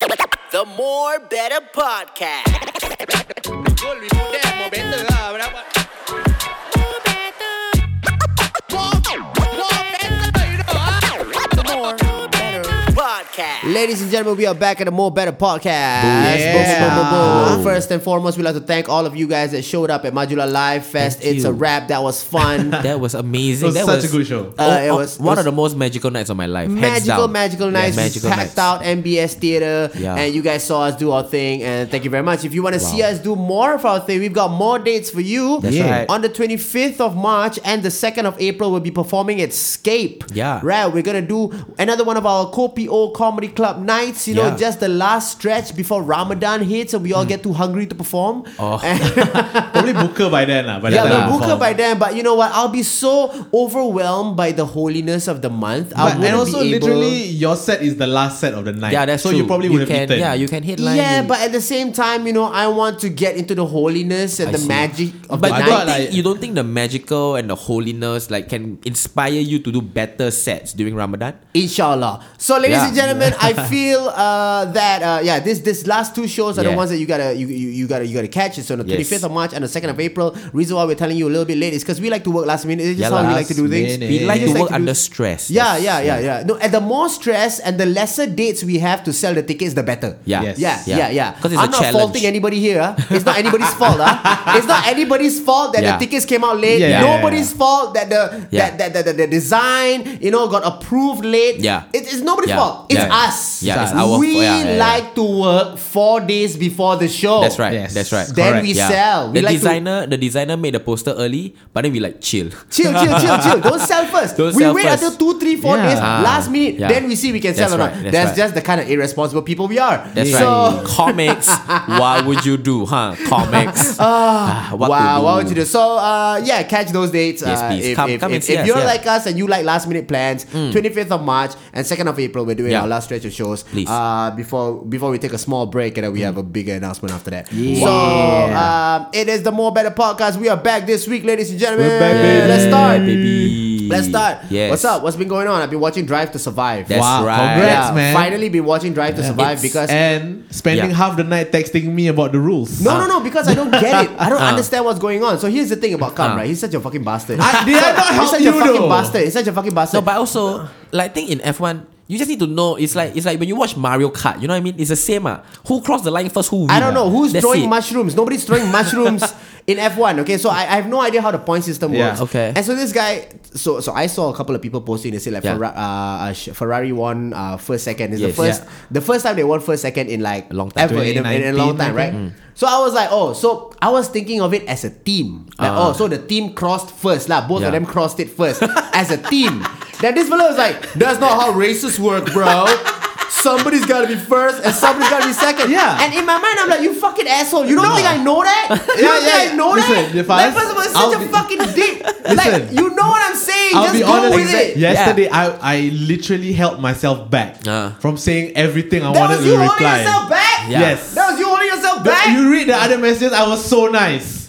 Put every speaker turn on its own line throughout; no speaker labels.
the More Better Podcast.
You'll be more damn more better, ah, berapa? More, more better, you know, ah.
Podcast.
Ladies and gentlemen, we are back at the More Better Podcast.
Yeah.
Boom, boom, boom, boom. First and foremost, we'd like to thank all of you guys that showed up at Majula Live Fest.
Thank
it's
you.
a wrap. That was fun. uh,
That was amazing.
It was
that
such
was
a good show.
oh,
it
oh,
was
one
it
of the most magical nights of my life. hands
magical,
down.
magical
Yeah,
nights.
magical
packed
nights.
out MBS Theater,
Yeah.
and you guys saw us do our thing. And thank you very much. If you want to see us do more of our thing, we've got more dates for you.
That's Yeah. right.
On the 25th of March and the 2nd of April, we'll be performing at Scape.
Yeah.
right. We're gonna do another one of our co-po comedy club nights. You know,
Yeah. Mm.
just the last stretch before Ramadan hits, and we all get too hungry to perform.
Oh.
Probably Booker by then, lah. By the
Yeah,
time
we'll
I
book her
perform.
by then. But you know what? I'll be so overwhelmed by the holiness of the month.
But,
I
and
wouldn't
also,
be able-
literally, your set is the last set of the night.
Yeah, that's
so
true.
you probably would have
can,
eaten.
Yeah, you can headline.
yeah,
it.
but at the same time, you know, I want to get into the holiness and
I
the
see.
magic of the
but you
night.
I
don't
thought,
think,
like-
you don't think the magical and the holiness like can inspire you to do better sets during Ramadan?
Inshallah. So, ladies
Yeah.
and gentlemen, I feel uh, that uh, yeah, this this last two shows are the
Yeah.
ones that you gotta you, you, you gotta you gotta catch. It's on the
Yes.
twenty fifth of March and the second of April. Reason why we're telling you a little bit late is because we like to work last minute. It's just
Yeah,
how we
last
like to do things.
minute.
We
Yeah,
like
you
to
just like
work
to do-
under stress.
Yeah,
Yes.
yeah, yeah, yeah. No, and the more stress and the lesser dates we have to sell the tickets, the better.
Yeah.
Yes.
Yeah,
Yeah.
yeah, yeah.
'Cause it's
I'm
a
not
challenge.
faulting anybody here. ah. It's not anybody's fault. ah. It's not anybody's fault that
Yeah.
the tickets came out late.
Yeah, yeah,
Nobody's fault that the
Yeah.
that, that, that, that the design you know got approved late.
Yeah.
It- it's nobody's
Yeah.
fault. It's
Yeah, yeah.
us.
Yeah, it's our
We
fault. Yeah, yeah, yeah.
like to work four days before the show.
That's right.
Yes.
That's right.
Then
Correct.
we
Yeah.
sell. We
the
like to
designer, the designer made the poster early, but then we like chill.
Chill, chill, chill, chill. Don't sell 1st
Don't
we
sell
wait
first.
until two, three, four
Yeah.
days,
Ah,
last minute,
yeah.
then we see we can sell
That's
or not.
right, that's
That's
right.
just the kind of irresponsible people we are.
That's
so,
right. Comics. what would you do, huh? Comics. Ah, what
wow,
to
what would you do? So, uh, yeah, catch those dates.
Yes,
uh,
please.
If,
Come-
if,
come and
if-
see
if
us,
you're
yeah. Hmm.
like us and you like last minute plans, 25th of March and 2nd of April, we're doing
Yeah.
our last stretch of shows.
Please. Hmm.
Uh, before before we take a small break and then we have a bigger announcement after that. So, um, it is the More Better Podcast. We are back this week, ladies and gentlemen.
We're back, baby.
Let's start.
Baby.
Let's start.
Yes.
What's up? What's been going on? I've been watching Drive to Survive.
That's
Wow, Ah,
right.
congrats,
Yeah,
man.
Finally, been watching Drive to Survive
It's-
because
And spending
Yeah.
half the night texting me about the rules.
no, no, no, because I don't get it. I don't
Uh.
Ah.
understand what's going on. So here's the thing about Kam,
Uh.
right? He's such a fucking bastard.
I- did I not help
He's such
you,
a fucking
though?
bastard. He's such a fucking
No,
bastard.
but also, like, I think in F1, you just need to know. It's like it's like when you watch Mario Kart. You know what I mean? It's the same. Ah, who crossed the line first? Who? Win, ah?
I don't know who's
That's
throwing
it.
mushrooms. Nobody's throwing mushrooms in F1. Okay, so I, I have no idea how the point system
Yeah.
works.
Okay.
and so this guy, so so I saw a couple of people posting. They say like
Yeah.
Ferra- uh, uh, Sh- Ferrari won uh, first second. It's
Yes.
the first the first time they won first second in like
A long time.
ever in a, in
2019,
a long time,
I
right? So I was like, oh, so I was thinking of it as a team. Like, oh, so the team crossed first, lah. Both of
Ah. Yeah.
them crossed it first as a team. Then this fellow was like, that's not how races work, bro. Somebody's gotta be first and somebody's gotta be second.
Yeah.
And in my mind, I'm like, you fucking asshole. You don't think I know that? You
Yeah,
don't
yeah,
think I
yeah.
know that?
Listen, if I
Like,
was-
first of all, it's
I'll
such a
be-
fucking dick.
Listen.
Like, you know what I'm saying.
I'll
Just
be
go
honest.
with it.
Yesterday, I, I literally held myself back
Uh.
from saying everything I
That
wanted
was you
to
holding
reply.
yourself back?
Yeah.
Yes.
That was you holding yourself
The-
back?
you read the other messages. I was so nice.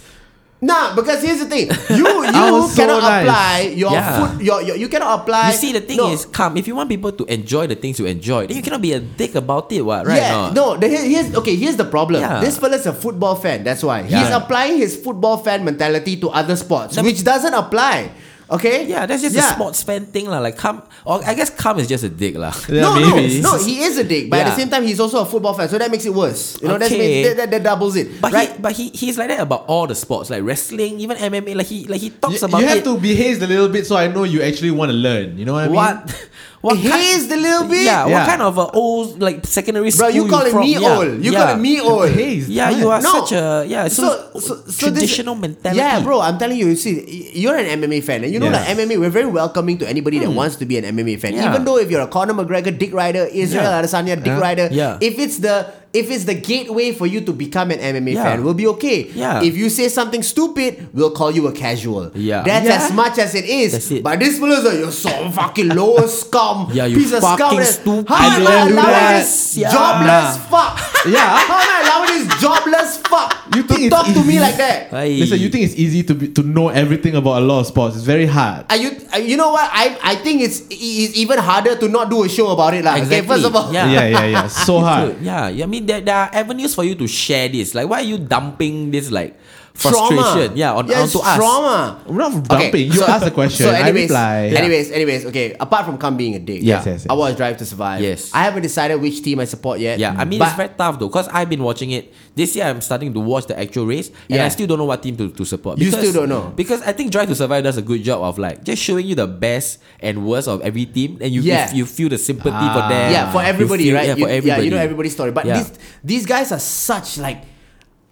Nah, because here's the thing. You you
was so
cannot
nice.
apply your
Yeah.
foot your, your you cannot apply
You see, the thing
No.
is, come if you want people to enjoy the things you enjoy, then you cannot be a dick about it, what? Right?
Yeah, no. the, here- here's okay. Here's the problem.
Yeah.
This fella's a football fan. That's why he's
Yeah.
applying his football fan mentality to other sports,
No,
which doesn't apply. Okay.
Yeah, that's just
Yeah.
a sports fan thing, lah. Like, come, or I guess come is just a dick, lah.
Yeah,
no,
maybe.
no, no. He is a dick, but at the
Yeah.
same time, he's also a football fan, so that makes it worse. You know, that's
Okay.
that, that, that doubles it.
But
right?
he, but he, he's like that about all the sports, like wrestling, even MMA. Like he, like he
You,
talks about
you have
it.
to behave a little bit so I know you actually want to learn. You know what I mean?
what, what
He is the little bit?
Yeah,
Yeah.
what kind of a old like secondary
Bro,
school?
you calling
from?
me
yeah.
old? You
yeah.
calling me old?
Haze.
Yeah, you are
No.
such a yeah. So,
this-
traditional mentality.
Yeah, bro, I'm telling you, you see, y- you're an MMA fan, and you know
Yeah.
that MMA, we're very welcoming to anybody that wants to be an MMA fan.
Hmm. Yeah.
Even though if you're a Conor McGregor dick rider, Israel
Yeah.
Adesanya dick
Yeah.
rider,
Yeah.
if it's the if it's the gateway for you to become an MMA
Yeah.
fan, we'll be okay.
Yeah.
If you say something stupid, we'll call you a casual.
Yeah.
That's
Yeah.
as much as it is.
That's it.
But this fella's like, you're so fucking low scum.
Yeah, you
piece of scum.
fucking
That's-
stupid.
How
I
am I
don't do
allowing
that.
this
Yeah.
jobless
Nah.
fuck
yeah.
How am I allowing this jobless fuck
You think
to
it's
talk to me
easy?
like that?
Hey.
Listen, you think it's easy to be, to know everything about a lot of sports? It's very hard.
Are you, uh, you know what? I, I think it's, it's even harder to not do a show about it. lah. Okay,
Exactly.
first of all,
Yeah.
yeah, yeah, yeah. So hard.
Dude, yeah, yeah, I mean there, there are avenues for you to share this. Like, why are you dumping this like frustration?
trauma.
Yeah, on,
yes,
onto us.
trauma.
We're not dumping. you ask the question.
So anyways,
I reply.
anyways, anyways, okay. Apart from Come being a dick,
Yeah.
Yes, yes, yes.
I watch Drive to Survive.
Yes.
I haven't decided which team I support yet.
Yeah, I mean
but
it's very tough though, because I've been watching it this year. I'm starting to watch the actual race, and
Yeah.
I still don't know what team to, to support.
You still don't know.
because I think Drive to Survive does a good job of like just showing you the best and worst of every team, and you
Yeah. Ah.
you, you feel the sympathy for them.
yeah, for
You
everybody,
feel-
right?
Yeah,
you,
for everybody.
Yeah, you know everybody's story. But
Yeah.
these these guys are such like.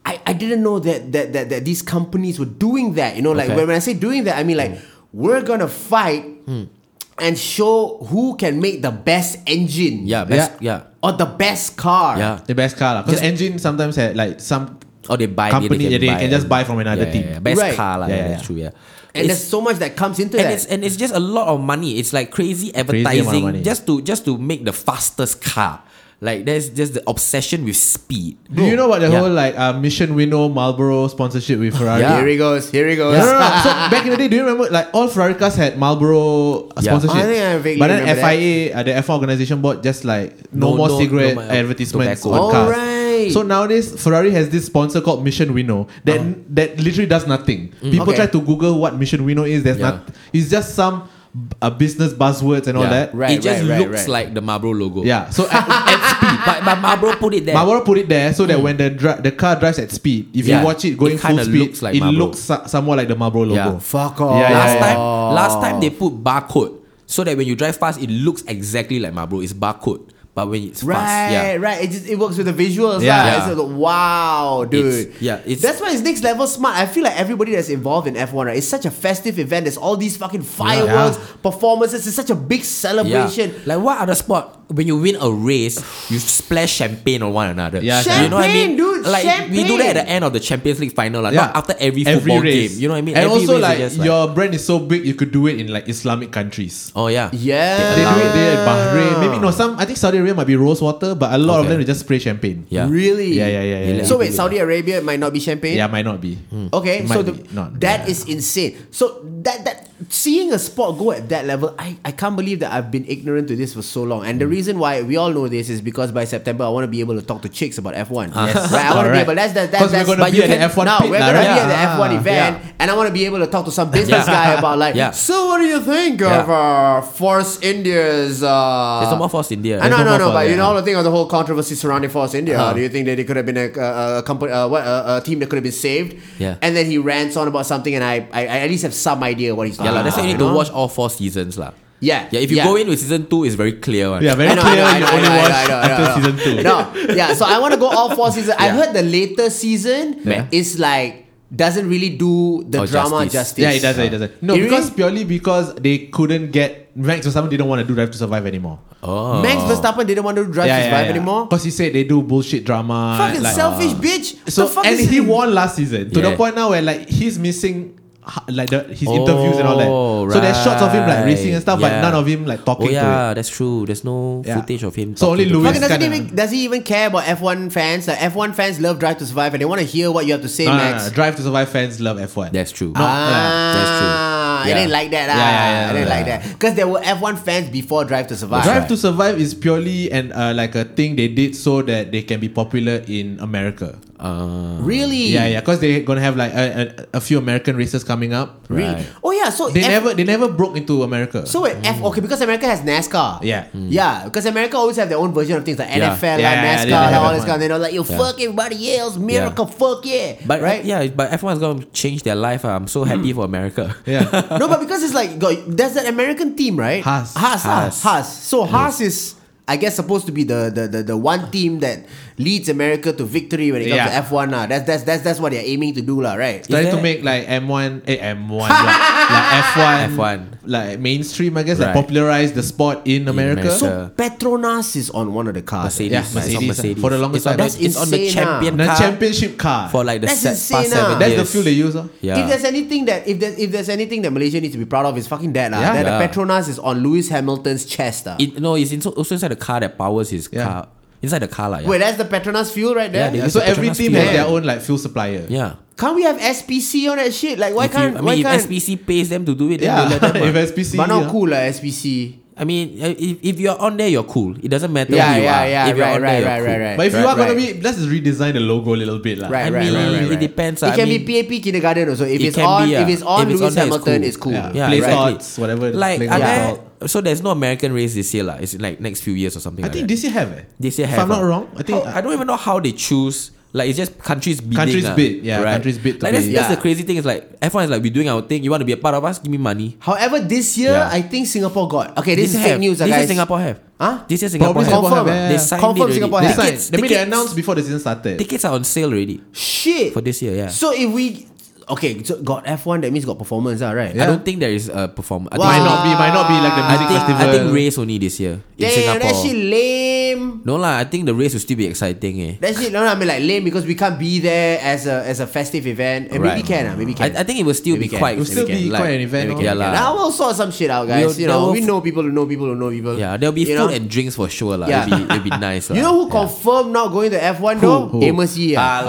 I, I didn't know that, that that that these companies were doing that. You know, like
Okay.
when, when I say doing that, I mean like we're gonna fight
Hmm.
and show who can make the best engine.
Yeah, best, yeah,
Or the best car.
yeah.
the best car because
Just-
engine sometimes had like some
Or Oh, they buy
company
they,
that they can just buy from another
yeah,
team.
Yeah, yeah. Best
Right.
car, like,
Yeah,
yeah,
yeah,
that's
yeah.
true. Yeah,
And
It's-
there's so much that comes into
and
that.
it's and it's just a lot of money. It's like crazy
amount of
advertising
money.
just to just to make the fastest car. Like there's just the obsession with speed.
Do you know about the
Yeah.
whole like uh, Mission Winnow Marlboro sponsorship with Ferrari?
Yeah.
Here he goes. Here he goes.
No, no, no, no. So back in the day, do you remember like all Ferrari cars had Marlboro uh,
Yeah.
sponsorship?
I think I vaguely
but then
remember that.
FIA, uh, the F1 organization bought just like no,
No,
more
no,
cigarette
no more
advertisements
tobacco.
on cars.
Alright.
So nowadays, Ferrari has this sponsor called Mission Winnow that
Uh-huh.
that literally does nothing. People
Okay.
try to Google what Mission Winnow is. There's
Mm. Yeah.
not. It's just some uh, business buzzwords and all
Yeah.
that.
Right,
it just
right, right,
looks
right.
like the Marlboro logo.
Yeah. So at, at speed.
but but Marlboro put it there.
Marlboro put it there so that when the dri- the car drives at speed, if
Mm. Yeah.
you watch it
It
going full
kinda
speed,
looks like
it
Marlboro.
looks so- somewhat like the Marlboro logo.
Yeah.
Fuck off.
Yeah,
last time, last time they put barcode so that when you drive fast, it looks exactly like Marlboro. It's barcode, but when it's fast,
Right,
yeah.
right. It just it works with the visuals.
Yeah.
Yeah,
Yeah.
wow, dude.
It's- yeah, it's-
that's why it's next level smart. I feel like everybody that's involved in F one, right? It's such a festive event. There's all these fucking fireworks performances. It's such a big
Yeah.
celebration.
Like what other sport when you win a race, you splash champagne on one another.
Yeah,
you know what I mean?
champagne, dude,
like we do that at the end of the Champions League final, like not after every football game. You know what I mean?
And
Every race,
also,
you
like
just
your brand is so big, you could do it in like Islamic countries.
oh yeah,
Yeah.
They do it
allow-
there at Bahrain. Maybe no, some I think Saudi Arabia might be rose water, but a lot of
Okay.
them they just spray champagne.
yeah.
Really?
yeah, yeah, yeah. yeah, yeah.
So wait, Saudi Arabia might not be champagne.
yeah, might not be.
Hmm.
Okay,
Mm. It
so
might
the,
be not
that
there.
is insane. So that that seeing a sport go at that level, I, I can't believe that I've been ignorant to this for so long. And the
Mm.
reason why we all know this is because by September I want to be able to talk to chicks about F one.
Yes.
Right, I want to be
Alright.
able. That's that. That's,
Ah. 'Cause we're
that's
gonna
but
be
you
at the
can-
F1
No,
pit
we're
now,
gonna
right?
be at the F one
Yeah.
event,
Yeah.
and I want to be able to talk to some business
Yeah.
guy about like.
Yeah.
So what do you think of
Yeah.
uh, Force India's? Uh,
There's no more Force India.
I know,
There's no
no,
more
no,
Force,
but you
yeah.
know the thing of the whole controversy surrounding Force India.
Uh-huh.
Do you think that it could have been a, a, a company, uh, what, a, a team that could have been saved?
Yeah.
And then he rants on about something, and I, I, I at least have some idea what he's
Yeah,
talking
lah.
about.
that's why you need
know?
to watch all four seasons. lah.
Yeah,
Yeah, if you
yeah.
go in with season two, it's very clear. One.
Yeah, very
I know, I
clear.
know, I
you
know, I
only
know, I
watch
know, I know, I
after
know.
season two.
No, yeah. So I want to go all four seasons. I
Yeah.
heard the later season
Yeah.
is like doesn't really do the
Or
drama
justice.
justice.
Yeah, it doesn't. It doesn't. No,
It
because
really-
purely because they couldn't get Max or someone didn't want to do Drive to Survive anymore.
Oh.
Max Verstappen didn't want to drive his wife anymore.
Because he said they do bullshit drama.
Fucking
like- uh,
selfish
uh,
bitch.
So
the fuck
and
is
he won last season to the
Yeah.
point now where like he's missing h- like the, his interviews and all that. So there's shots of him like racing and stuff, but
right.
none of him like talking
oh yeah,
to it.
that's true. There's no
Yeah.
footage of him.
So only
talking to
Louis
Fucking doesn't
kinda-
even does he even care about F one fans? Like F one fans love Drive to Survive and they want to hear what you have to say,
No, no, no,
Max.
no. Drive to Survive fans love F1.
That's true.
No, yeah.
Ah,
That's true.
I
Yeah.
didn't like that.
Yeah,
ah.
yeah, yeah,
I didn't
yeah.
like that because there were F one fans before Drive to Survive.
Drive to Survive is purely and uh, like a thing they did so that they can be popular in America.
Uh,
really,
Yeah, yeah, because they're gonna have like a, a, a few American races coming up.
really.
Right.
Oh yeah, so
They
F-
never they never broke into America.
So wait, F okay because America has NASCAR.
Yeah.
Hmm.
Mm.
yeah, because America always have their own version of things like
Yeah.
NFL,
Yeah,
like
yeah,
NASCAR,
they have
like all
F1.
this kind. Of, you know, like you
Yeah.
fuck everybody else, miracle, fuck yeah,
But
right?
right? yeah, but F1 is gonna change their life. ah. I'm so happy for America.
Mm. yeah.
no, but because it's like got, there's that American team, right?
Haas.
Haas, Haas,
Haas.
Haas. So Haas is, I guess, supposed to be the the, the, the one team that leads America to victory when it comes
Yeah.
to F one. Lah, that's that's that's that's what they're aiming to do, lah, right?
Trying to
there-
make like M1, eh, M1, like, like F1,
F1.
like mainstream, I guess,
Right.
like popularize the sport in America.
America.
So
Yeah.
Petronas is on one of the eh? cars.
Mercedes,
Yeah,
it's
Mercedes,
on
for the
it's
longest
on
time. ah.
the, it's on the
That's
champion
insane,
the
car
championship car.
for like the
That's
set,
insane,
past
ah.
seven
That's
years.
the fuel they use. Uh.
Yeah.
If there's anything that if there's if there's anything that Malaysia needs to be proud of is fucking that lah.
Yeah.
That the
Yeah.
Petronas is on Lewis Hamilton's chest. ah.
It, no, it's in, also inside the car that powers his
Yeah.
car. inside the car, lah. yeah.
Wait, that's the Petronas fuel right there.
Yeah, they
Yeah,
use
so
the
every
Petronas
team
fuel,
has their
right?
own like fuel supplier.
yeah.
Can't we have SPC on that shit? Like, why
If you-
can't?
I
why
mean, if
can't?
SPC pays them to do it, then
Yeah,
they let them.
if
ah.
SPC,
but not
yeah.
cool, like SPC.
I mean, uh, if, if you're on there, you're cool. It doesn't matter
Yeah,
who you
yeah,
are.
yeah.
if you're
Right,
on
right,
there,
right,
you're
right,
cool.
right.
But if you are gonna
right.
be, let's redesign the logo a little bit, lah.
Right,
I
right,
mean,
right, right,
it
right.
depends,
It
ah, I
can
mean-
be PAP kindergarten also. If
It
it's
can
on,
be, ah.
if it's on,
If it's
Lewis
on there, it's
Hamilton
cool.
is cool.
Yeah.
Yeah,
Play
exactly.
slots, whatever.
Like,
play
are
with
there,
salt.
so there's no American race this year, lah. It's like next few years or something.
I
like
think
that.
this year have it.
this year
if
have.
I'm not
ah.
wrong, I think uh,
How- I don't even know how they choose. Like it's just countries bidding.
Countries
ah,
bid, yeah, countries bid to
Like that's,
be-
that's
Yeah.
the crazy thing. It's like F1 is like we doing our thing. You want to be a part of us? Give me money.
However, this year
Yeah.
I think Singapore got okay. This, is
This have.
fake news, ah,
This
guys.
year Singapore have.
Huh?
This year Singapore
Probably
have.
Singapore have,
Confirm,
yeah,
They
yeah.
signed it
Confirm
already.
Singapore
they
have.
signed.
Tickets-
That mean they
tickets-
announced before the season started.
Tickets are on sale already.
Shit
For this year, yeah.
So if we okay, so got F one, that means got performance, ah, right?
I don't think there is a performance. I
might
think,
not be, might not be like the
I
music
think,
festival.
I think race only this year
Damn,
in
that
Singapore.
shit lame.
No lah, I think the race will still be exciting. Eh.
That shit, no, no, I mean like lame because we can't be there as a as a festive event. And Maybe
Right.
can, ah, maybe
I,
can.
I think it will still
Maybe
be
can.
quite.
It will
still
maybe
be
can,
quite an event,
maybe
no?
can,
Yeah,
lah.
Now we'll sort some shit out, guys.
We'll-
you
there
know,
will
we
f-
know people who know people who know people.
Yeah, there'll be
You
food
know?
and drinks for sure, lah.
Yeah.
It'll, be, it'll be nice, lah.
You know who confirmed not going to F one though?
Who?
Amos Yee, ah.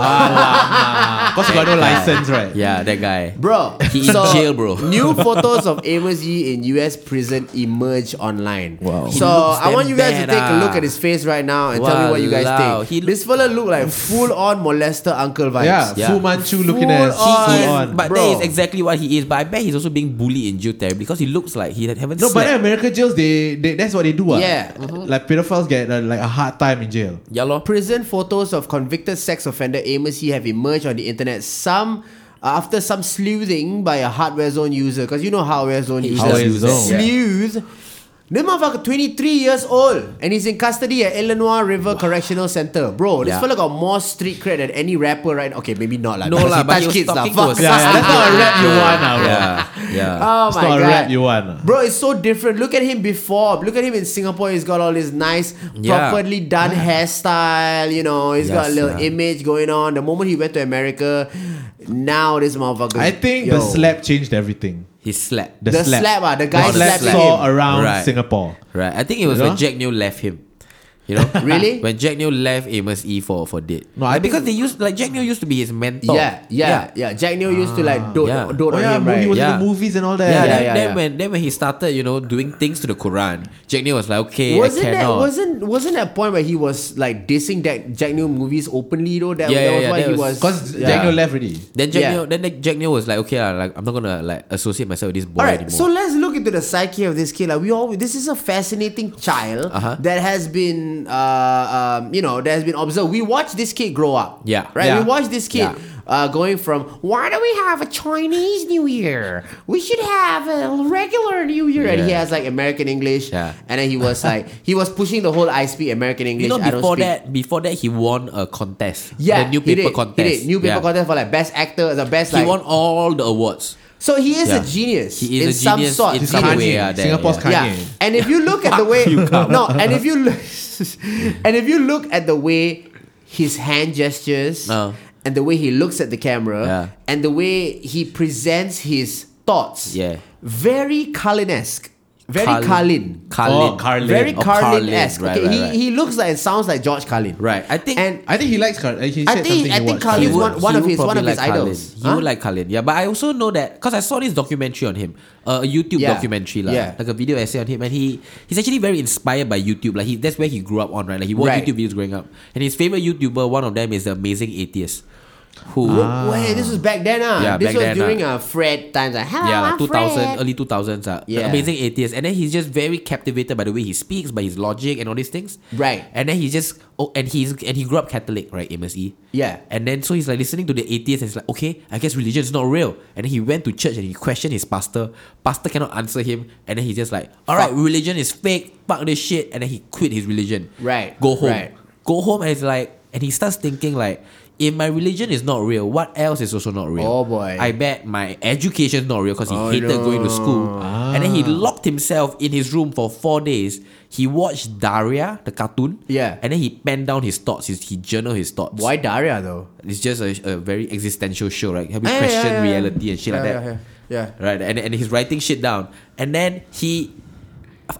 Because you got no license, right?
Yeah, that guy.
Bro,
He in jail, bro.
new photos of Amos Yee in US prison emerge online.
Wow. He
So
looks
I want
damn
you guys to
bad,
take a look
ah.
at his face right now and tell me what you guys
Walao,
think.
he
this fella look like full on molester uncle vibes.
Yeah,
Yeah.
Fu Manchu looking
Full
at
on.
full
He is-
on.
but
bro.
that is exactly what he is. But I bet he's also being bullied in jail terribly because he looks like he haven't.
No, but
slept.
in American jails, they, they that's what they do. ah.
Yeah.
Mm-hmm.
Oh
like pedophiles get uh, like a hard time in jail.
yeah, lor.
Prison photos of convicted sex offender Amos Yee have emerged on the internet. Some uh, after some sleuthing by a hardware zone user, because you know hardware zone users
Hardware Zone.
sleuth. This motherfucker 23 years old and he's in custody at Illinois River Correctional Center. Bro, this
Yeah.
fella got more street cred than any rapper right Okay, maybe not lah.
No
because
lah,
he
but
touch
he was
kids lah.
talking
Fuck.
to a Yeah,
that's not a rap you want, ah, bro.
Yeah, yeah.
Oh
It's
my
not a
god.
rap you want, ah.
Bro, it's so different. Look at him before. Look at him in Singapore. He's got all this nice,
Yeah.
properly done hairstyle. You know, he's got a
Yes,
little
yeah.
image going on. The moment he went to America, now this motherfucker.
I think
Yo.
the slap changed everything.
he slept.
The,
The slap, ah, the guy
the slap
slapping
saw
him.
around
Right.
Singapore.
Right. I think it was
You know?
when Jack New left him. You know, Ah,
Really?
When Jack New left Amos E for for date. No,
No, I
like, because they used like Jack New used to be his mentor.
Yeah, yeah, yeah. Jack Neo used to like dote,
Ah, yeah.
dote
Oh
on
yeah,
him,
movie
right?
was in
Yeah.
the movies and all that.
Yeah,
Yeah,
then,
yeah,
then
yeah.
when then when he started, you know, doing things to the Quran, Jack New was like, okay,
wasn't that
I cannot.
wasn't wasn't that point where he was like dissing that Jack Neo movies openly though? That,
Yeah,
that
yeah,
was
yeah,
why
that
he
was-
was.
Because
yeah.
Daniel left already.
then Jack
Yeah.
Neo, then like, Jack New was like, okay, lah, like I'm not gonna like associate myself with this
All
boy
right, so
anymore.
let's look into the psyche of this kid. Like we all, this is a fascinating child
Uh-huh.
that has been, uh, um, you know, that has been observed. We watched this kid grow up.
Yeah.
right.
Yeah.
We watched this kid
Yeah.
uh, going from why do we have a Chinese New Year? We should have a regular New Year. And he
Yeah.
has like American English.
Yeah.
and then he was like, he was pushing the whole I speak American English.
You know,
I don't
before
speak.
that, before that, he won a contest.
Yeah,
the new
he
paper
did,
contest.
He did new paper
Yeah.
contest for like best actor, the best.
He
like,
won all the awards.
So he is
Yeah.
a genius.
He is
in
a
some
genius
sort. He
in some
is.
way.
Kanye.
ah, there,
Singapore's
yeah.
Kanye.
Yeah, and if you look at the way no, and if you look, and if you look at the way his hand gestures
Uh.
and the way he looks at the camera
Yeah.
and the way he presents his thoughts,
Yeah.
very Carlin-esque, very
Carlin.
Carlin,
Carlin.
Oh, Carlin.
very
Or Carlin,
Carlin-esque.
right,
okay,
right,
he,
right.
he looks like and sounds like George Carlin,
Right. I think
And
I think he likes Carl. He said
I think I
something he
think
watched.
Carl
he
is
would-
one, one
he
of
would
his one
probably
of his
like
idols.
Carlin. He
Huh?
would like Carlin. Yeah, but I also know that because I saw this documentary on him, uh, a YouTube
Yeah.
documentary lah,
Yeah.
like a video essay on him, and he he's actually very inspired by YouTube. Like he that's where he grew up on, right? Like he watched
Right.
YouTube videos growing up, and his favorite YouTuber, one of them is the Amazing Atheist, who
Wait, this was back then, ah.
Yeah,
this
back
was
then,
during uh, Fred times. Like, Hello,
yeah,
I'm
like 2000,
Fred.
early 2000s. Uh,
Yeah.
Amazing atheist. And then he's just very captivated by the way he speaks, by his logic and all these things.
Right.
And then he just, oh, and he's and he grew up Catholic, right, Amos E?
Yeah.
And then so he's like listening to the atheist and he's like, okay, I guess religion is not real. And then he went to church and he questioned his pastor. Pastor cannot answer him. And then he's just like, all right,
Fuck.
religion is fake. Fuck this shit. And then he quit his religion.
Right,
Go home.
right.
Go home and it's like, and he starts thinking like, if my religion is not real, what else is also not real?
Oh, boy.
I bet my education's not real because he
Oh,
hated
no.
going to school. And then he locked himself in his room for four days. He watched Daria, the cartoon.
Yeah.
And then he penned down his thoughts. His, he journaled his thoughts.
Why Daria though?
It's just a, a very existential show, right? Have you
Yeah, yeah,
questioned
yeah, yeah.
reality and shit like
Yeah,
that?
yeah, yeah.
Right. And, and he's writing shit down. And then he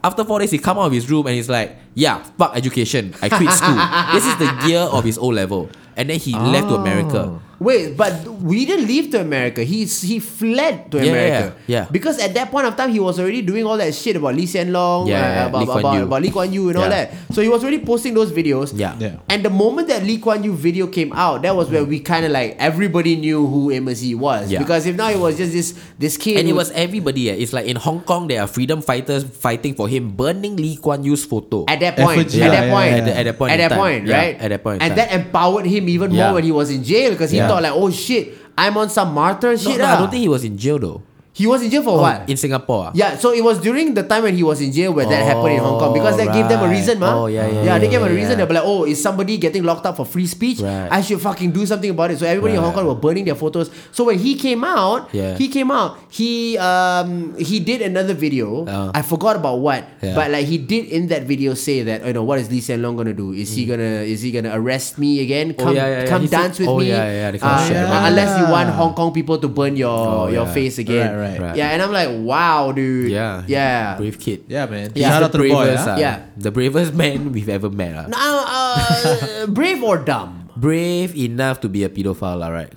after four days, he come out of his room and he's like, "Yeah, fuck education. I quit school. this is the year of his O level." And then he left to America.
Wait, but we didn't leave to America. He he fled to
Yeah,
America.
yeah, yeah.
Because at that point of time, he was already doing all that shit about Lee Hsien Long, uh,
Yeah, yeah,
about,
Lee Kuan
about,
Yew.
about Lee Kuan Yew and all
Yeah.
that. So he was already posting those videos.
Yeah.
Yeah.
And the moment that Lee Kuan Yew video came out, that was where we kind of like everybody knew who Amos Yee was.
Yeah.
Because if not, it was just this this kid.
And it
who-
was everybody. eh. It's like in Hong Kong, there are freedom fighters fighting for him, burning Lee Kuan Yew's photo.
at that point,
Effigy,
at
yeah,
that
yeah,
point,
yeah. At the-
at that point
at
in
that
time.
point,
Yeah,
right?
at that point in
and
time.
that empowered him even
Yeah.
more when he was in jail because he
Yeah.
thought like, oh shit, I'm on some martyr
no,
shit.
no, I
ah."
don't think he was in jail though.
He was in jail for what?
In Singapore. ah?
Yeah, so it was during the time when he was in jail where that happened in Hong Kong because that gave them a
right.
reason, ma.
Oh, yeah, yeah,
Yeah, they
yeah,
gave a
yeah,
reason.
yeah.
They'll be like, oh, is somebody getting locked up for free speech?
Right.
I should fucking do something about it. So everybody in Hong
Right.
Kong were burning their photos. So when he came out,
Yeah.
he came out. He um he did another video.
Uh.
I forgot about what,
Yeah.
but like he did in that video say that you know what is Lee Hsien Long gonna do? Is he gonna is he gonna arrest me again? Come
Mm. Oh, yeah, yeah, yeah.
come
He said-
dance with
oh,
me.
yeah, yeah, that kind of
Uh,
shit,
right.
Unless you want
Yeah.
Hong Kong people to burn your
Oh,
your
yeah.
face again.
Right, right.
Yeah, and I'm like, wow, dude.
Yeah.
Yeah.
Brave kid.
Yeah, man.
Yeah.
the
Shout out to the boy.
bravest,
ah.
ah.
Yeah.
The bravest man we've ever met. ah.
Now, uh, brave or dumb?
Brave enough to be a pedophile, lah, right?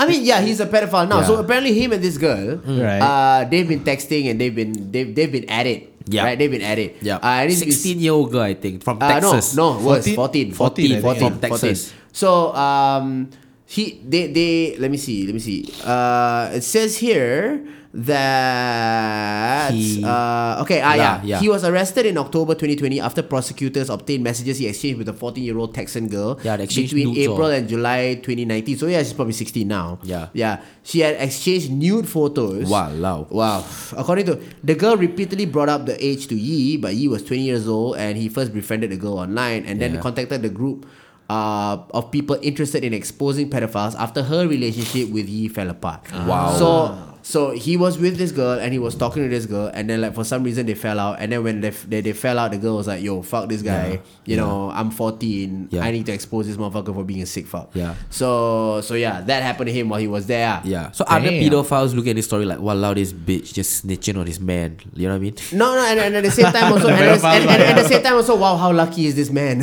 I mean, yeah, he's a pedophile now.
Yeah. Mm.
So apparently, him and this girl,
Right.
uh, they've been texting and they've been they've, they've been at it.
Yeah.
Right. They've been at it.
Yeah.
Uh, and it's- it's-
16 year old girl, I think, from
Uh,
Texas.
No, no, worse. 14,
14?
14,
14,
14,
From
I think.
Texas.
14. So um, he they they let me see let me see. Uh, it says here that
He-
uh, okay ah yeah,
Yeah, yeah.
he was arrested in October 2020 after prosecutors obtained messages he exchanged with a 14 year old Texan girl
Yeah, they exchanged
between
nudes
April
or-
and July 2019. So yeah, she's probably 16 now.
Yeah.
yeah. She had exchanged nude photos.
Walao.
Wow. According to the girl repeatedly brought up the age to Yi, but Yi was 20 years old and he first befriended the girl online and then
Yeah.
contacted the group uh, of people interested in exposing pedophiles after her relationship with Yi fell apart.
Wow.
So so he was with this girl and he was talking to this girl and then like for some reason they fell out and then when they f- they, they fell out the girl was like yo fuck this guy you know I'm 14
Yeah.
I need to expose this motherfucker for being a sick fuck
Yeah.
so so yeah that happened to him while he was there
Yeah. So
Damn.
other pedophiles look at this story like, wow, this bitch just snitching on his man. You know what I mean?
No, no, and, and at the same time also,
The
and, at the-
pedophile
and, and,
one,
and at the
yeah.
same time also, wow, how lucky is this man?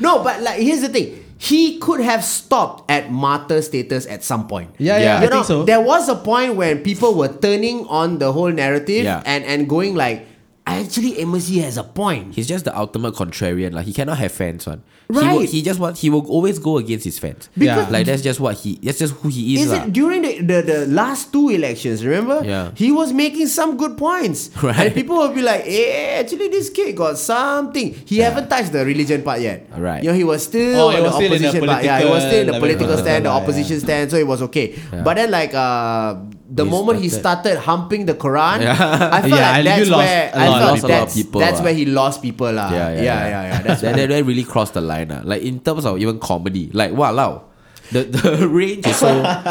no, but like here's the thing. He could have stopped at martyr status at some point.
Yeah,
Yeah.
yeah,
You
I think so.
There was a point when people were turning on the whole narrative
Yeah.
and, and going like, actually, Amos Yee has a point.
He's just the ultimate contrarian. Like he cannot have fans, one. He, will,
Right.
he just want. He will always go against his fans.
Because-
Like that's just what he. That's just who he is.
Is
lah.
it during the, the, the last two elections? Remember,
Yeah.
he was making some good points,
Right.
and people will be like, "Eh, actually, this kid got something. He haven't touched the religion part yet.
Right.
You know, he was
Oh,
still
he
on the
was still in the
opposition part. Yeah, he was still in the
political
political
level.
stand, the
Yeah.
opposition stand, so it was okay. But then, like, uh, the
He
moment he started humping the Quran, I felt like
Yeah, and you
that's
lost
where
a
I
lot of
felt
people.
that's,
People,
that's
ah.
where he lost people, lah.
Yeah, yeah, yeah,
That's
that,
where-
that, that really crossed the line. Uh. Like in terms of even comedy, like wow, the the range is so.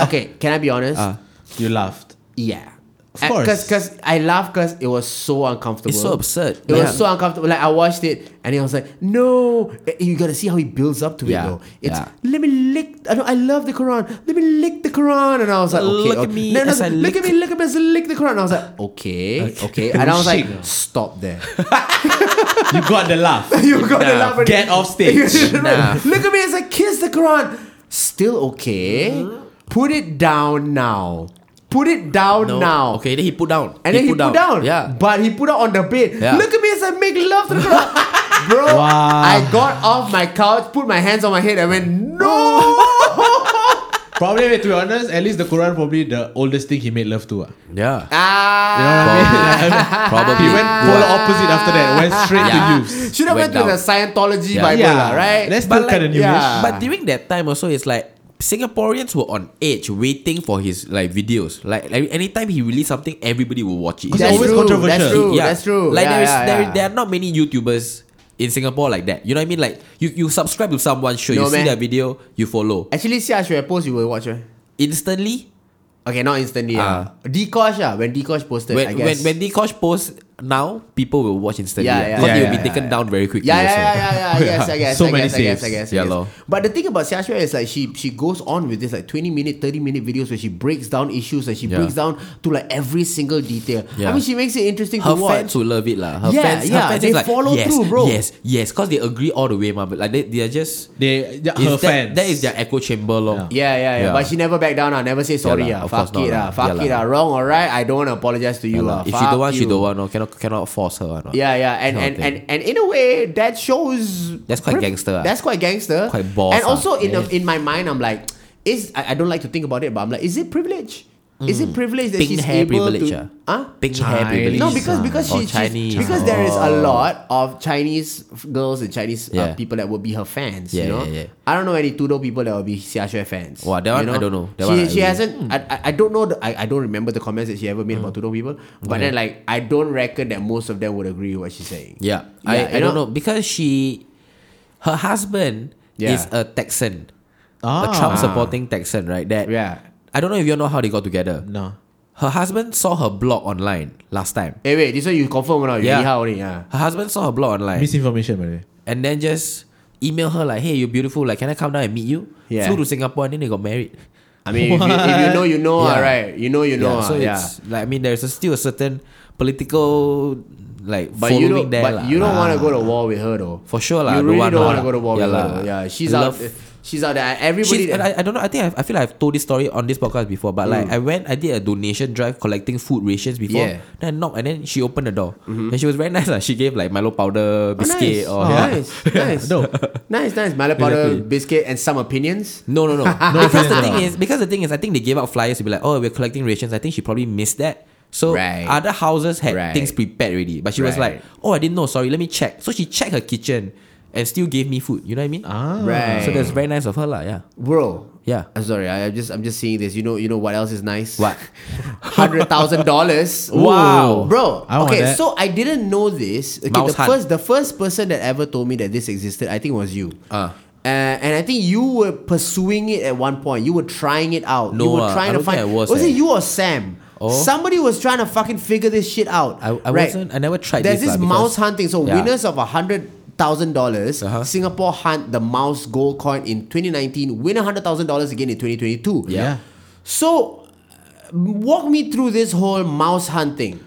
okay, can I be honest?
Ah.
You laughed.
Yeah.
Of course.
Because I laughed because it was so uncomfortable.
It's so absurd.
It
Yeah.
was so uncomfortable. Like, I watched it and I was like, no. Eh, You gotta see how he builds up to
Yeah.
it, though. It's,
Yeah.
let me lick. I, know, I love the Quran. Let me lick the Quran. And I was like, okay.
Look at
okay.
me
No, no,
as I
look at
lick-
me. Look at me as I lick the Quran. And I was like, okay. Okay. And I was like, stop there.
You got the laugh.
you gotta
Nah,
laugh at
get
it.
off stage.
Nah.
Look at me as I kiss the Quran. Still okay.
Mm-hmm.
Put it down now. Put it down
No.
now.
Okay, then he put down.
And then he put down.
Yeah.
But he put out on the bed.
Yeah.
Look at me as I make love to the ground. Bro,
Wow.
I got off my couch, put my hands on my head, and went, no!
probably, to be honest, at least the Quran probably the oldest thing he made love to. ah.
yeah.
ah!
Probably.
He went polar opposite after that. Went straight
Yeah.
to use.
Should have went to
Went
the
down.
Scientology
Yeah.
Bible,
Yeah,
lah, right?
That's
But
still kind of
like-
newish.
yeah.
But during that time also, it's like Singaporeans were on edge waiting for his like videos. Like, like anytime he released something, everybody will watch it.
It's
That's
always
true,
controversial.
That's true. That's true.
Like
Yeah,
there is
yeah,
there,
yeah.
there are not many YouTubers in Singapore like that. You know what I mean? Like you, you subscribe to someone, sure,
No,
you see
man.
their video, you follow.
Actually, see, I should have posted, you will watch, eh? right?
Instantly,
Okay, not instantly. Uh. Decosh, ah, when Decosh posted, I
when when
guess.
when Dikosh posts now people will watch instantly.
Yeah,
Yeah,
yeah,
Because
yeah,
it will
yeah,
be taken down very quickly.
Yeah, yeah,
also.
yeah, yeah, yeah. Yes, I guess.
So
I
many
guess, I guess, I
saves.
guess, I
Yeah,
guess.
lor.
But the thing about Xiaxue is like she she goes on with this like twenty minute, thirty minute videos where she breaks down issues and she
Yeah.
breaks down to like every single detail. I
Yeah.
mean, she makes it interesting
her
to watch.
fans will love it lah. Her
Yeah,
fans,
yeah,
her fans
they
is like,
follow
yes,
through, bro."
Yes, yes, because they agree all the way, ma. But like they, they are just
They yeah,
is
her
that,
fans.
That is their echo chamber, lor.
Yeah, yeah, yeah,
Yeah.
But she never back down. I never say sorry.
lah,
ah.
of
Fuck
course not
it.
lah.
ah. Fuck
Yeah
it.
lah.
ah. Wrong or right, I don't want to apologize to you.
lah.
lah.
If she
Fuck
don't want, she
you.
don't want. No, cannot cannot force her. No.
Yeah, yeah, and
Kind
and,
of
and and in a way, that shows
That's quite gangster, ah.
That's quite gangster.
Quite boss,
And
ah.
also in a,
Yeah.
in my mind, I'm like, is I, I don't like to think about it, but I'm like, is it privilege? Is it privilege that
Pink
she's
Mm. hair
able
privilege,
to?
ah.
Huh?
Pink hair
Chinese,
privilege.
No, because
ah.
because
Or
she,
Chinese.
she's, because
ah.
there is a
Oh.
lot of Chinese f- girls and Chinese uh,
Yeah.
people that would be her fans. you
Yeah,
know,
yeah, yeah.
I don't know any Tudo people that will be Xiaxue fans.
Wah, that one
you
I don't know.
she
That one I
she
really-
hasn't. I- I, I don't know. The, I I don't remember the comments that she ever made about
Hmm.
Tudo people. But then like I don't reckon that most of them would agree with what she's saying.
Yeah,
Yeah, you
I, I don't
know-
know because she, her husband
Yeah.
is a Texan,
Ah.
a Trump supporting Texan, right? That
Yeah.
I don't know if you know how they got together.
no.
Her husband saw her blog online last time.
Hey wait, this one you confirm or not? You
Yeah.
yeah. How only? Yeah.
Her husband saw her blog online
Misinformation, by the way.
and then just email her like, "Hey, you're beautiful. Like, can I come down and meet you?"
Yeah.
Flew to Singapore and then they got married.
I mean, if you, if you know, you know,
Yeah.
all right. You know, you know.
yeah, so
ah, yeah.
it's like I mean, there's a, still a certain political like
But
following
you don't.
there,
But
lah.
you don't want to
Ah.
go to war with her though.
For sure lah,
You
don't
really
want
don't
lah.
want to go to war with
Yeah
her.
lah.
Though. Yeah. She's
I
out.
love-
She's out there. Everybody.
She's, and I, I don't know. I think I've, I feel like I've told this story on this podcast before, but like I went, I did a donation drive collecting food rations before.
Yeah. Mm-hmm.
Then I knocked, and then she opened the door, and she was very nice. lah. She gave like Milo powder, biscuit,
Oh,
or
nice. Oh, nice, nice,
No.
nice, nice. Milo powder,
Exactly.
biscuit, and some opinions.
no, no, no.
offense
because the
at
thing
all.
is, because the thing is, I think they gave out flyers to be like, oh, we're collecting rations. I think she probably missed that. So
Right.
other houses had
Right.
things prepared already, but she was
Right.
like, oh, I didn't know. Sorry, let me check. So she checked her kitchen and still gave me food. You know what I mean?
Ah.
Right.
So that's very nice of her, lah. Yeah.
bro.
Yeah.
I'm sorry. I, I'm just I'm just seeing this. You know. You know what else is nice?
What?
Hundred thousand dollars.
Wow.
bro.
I want
okay,
that.
so I didn't know this. Okay,
Mouse
the
hunt.
first the first person that ever told me that this existed, I think was you.
Ah.
Uh, and I think you were pursuing it at one point. You were trying it out. you
No,
were
ah,
trying to
I don't
find.
think I was,
it
eh.
you or Sam?
Oh.
Somebody was trying to fucking figure this shit out.
I- I wasn't- I never tried
There's
this,
this
lah,
mouse
because-
hunting. So
Yeah.
winners of a hundred thousand dollars,
Uh-huh.
Singapore hunt the mouse gold coin in 2019. Win a hundred thousand dollars again in 2022.
Yeah.
So, uh, walk me through this whole mouse hunting.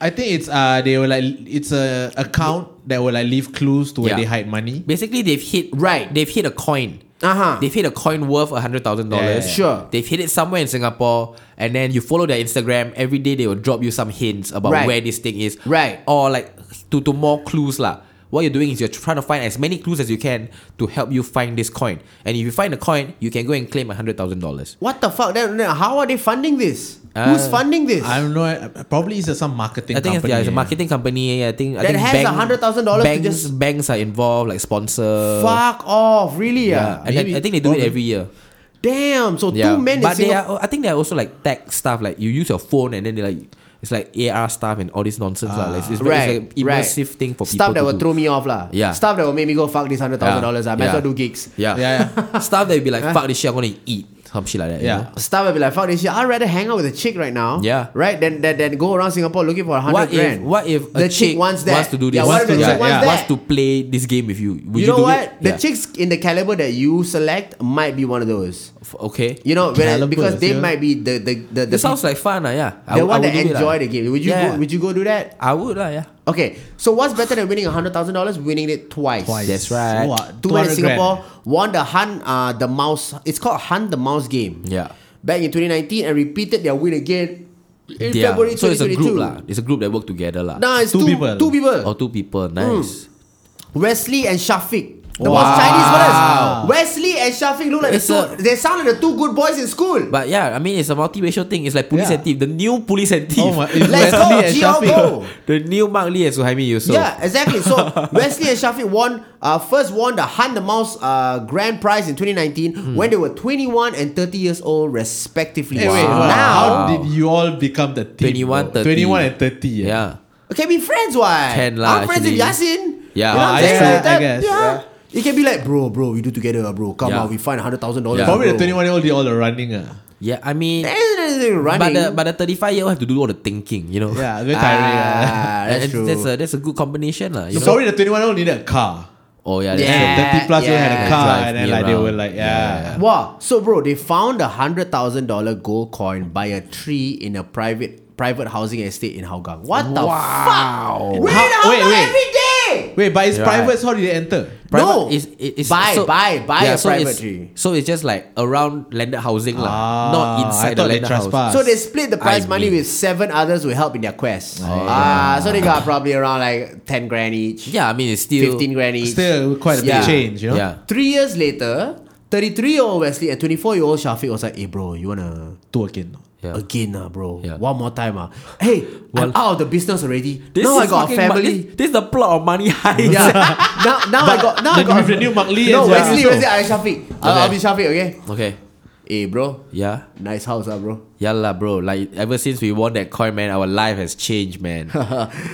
I think it's uh they were like it's a account that will like leave clues to where
Yeah.
they hide money.
Basically, they've hit
Right.
They've hit a coin.
Uh-huh.
They've hit a coin worth a hundred thousand
Yeah, yeah,
dollars.
yeah.
Sure.
They've hit it somewhere in Singapore, and then you follow their Instagram. Every day they will drop you some hints about
Right.
where this thing is.
Right.
Or like to, to more clues lah. What you're doing is you're trying to find as many clues as you can to help you find this coin. And if you find a coin, you can go and claim a hundred thousand dollars.
What the fuck? Then- then How are they funding this?
Uh,
Who's funding this?
I don't know. uh, Probably it's uh, some marketing.
I think it's,
company,
yeah, it's a
eh.
marketing company. I think I
That
think
has
bank-
$100,000 to
Banks
just-
banks are involved, like sponsor.
fuck off! Really?
Yeah,
Yeah.
and I, I think they do it every year.
Damn. So
Yeah.
two men
but
in
they
Singapore.
are. I think they are also like tech stuff. Like you use your phone and then they like it's like AR stuff and all this nonsense. lah. Like, it's, it's very-
Right,
it's like immersive
right.
thing for people.
stuff that
to
will
do.
throw me off, lah.
Yeah.
Stuff that will make me go fuck this hundred thousand dollars. I might as
Yeah.
well do gigs.
Yeah,
Yeah,
stuff that will be like fuck this shit. I'm gonna eat some shit like that. you
Yeah.
know?
Stuff I'll be like, fuck this shit. I'd rather hang out with a chick right now.
Yeah.
Right? Then then, then go around Singapore looking for a hundred
What if
grand.
what if
the
a chick,
wants that?
to do this?
Yeah, what if the
Wants to
chick
do
wants
that.
that?
wants to play this game with you? Would you,
you know
do
what?
It?
The
Yeah.
chicks in the caliber that you select might be one of those.
F- Okay.
You know, when
Caliber,
because they
yeah.
might be the the the, the,
This sounds like fun, lah, yeah.
peop- the one that
do it, lah.
enjoy the game. Would you
Yeah.
go, would you go do that?
I would, lah, yeah.
Okay, so what's better than winning hundred thousand dollars? Winning it twice.
Twice.
That's right.
Wha-
Two men in
200
Singapore
grand.
won the hunt uh, the mouse. It's called hunt the mouse game.
Yeah.
Back in 2019 and repeated their win again in
They are-
February
so it's a
2022.
group, lah. It's a group that work together, lah. Oh.
Nah, Hmm. it's two, two
Two
people.
people.
Or two people, nice.
Wesley and Shafiq. The
Wow.
most Chinese brothers. Wesley and Shafiq look like
It's
the two.
a-
They sound like the two good boys in school.
But yeah, I mean it's a multiracial thing. It's like police
Yeah.
and thief, the new police and thief.
Oh my, it's
Let's go,
Wesley and
G.O.
Shafiq.
go.
the new Mark Lee and Suhaimi Yusof.
yeah, exactly. So Wesley and Shafiq won uh, first won the Hunt the Mouse uh, grand prize in 2019 when they were 21 and 30 years old respectively.
Hey, wait,
So
wow.
now
how did you all become the team?
21,
bro?
30.
21 and 30. eh?
Yeah.
can be friends, why?
Can lah,
I'm friends with
actually.
Yasin. you know
Yeah.
what I'm
Ah,
saying?
yeah,
Like that,
I guess.
Yeah.
Yeah.
You can be like, bro, bro, we do together, bro. Come
Yeah.
on, we find hundred thousand
Yeah.
dollars.
Probably
bro.
the 21 year old did all the running. ah.
Yeah, I mean,
There isn't anything
but
running.
the but the thirty five year old have to do all the thinking, you know.
Yeah, very tiring,
yeah.
And-
That's
and
true.
That's a that's a good combination, lah. Ah, You know?
Sorry, the 21 year old needed a car.
Oh yeah, that's
Yeah.
true.
the 30 plus year old had
yeah.
a car,
Drive
and then
me
like they
around.
were like, yeah.
Wow. So, bro, they found a hundred thousand dollar gold coin by a tree in a private private housing estate in Hougang. What the fuck? Read
How-
how,
wait, wait.
every day.
Wait, but it's
Right.
private, so how did they enter?
No.
is it- it's
Buy, buy, buy a
so
private
it's-
tree.
So it's just like around landed housing, lah.
Ah,
Not
I
inside the
thought they
landed house.
trespass.
So they split the prize
I
money
mean- Oh.
with seven others who help in their quest. Ah, so they got probably around like ten grand each,
Yeah, I mean it's still
fifteen grand each.
Still quite a big
Yeah.
change, you know?
Yeah.
Three years later, thirty-three-year-old Wesley and twenty-four-year-old Shafiq was like, "Hey, bro, you wanna?"
Two again.
Yeah.
Again, ah, bro.
Yeah.
One more time, ah. Hey, I'm out of the business already.
This
now I
is
got a
fucking mon-
family.
this, this is the plot of money heist.
Yeah. now, now I got. Now I
Like
got
with the new Mark Lee
No,
and
Wesley,
Zara.
Wesley, I Shafiq. I'll, I'll be
Okay.
Shafiq, okay?
Okay.
Hey, bro.
Yeah.
Nice house, ah, bro.
Yeah lah, bro. Like ever since we won that coin, man, our life has changed, man.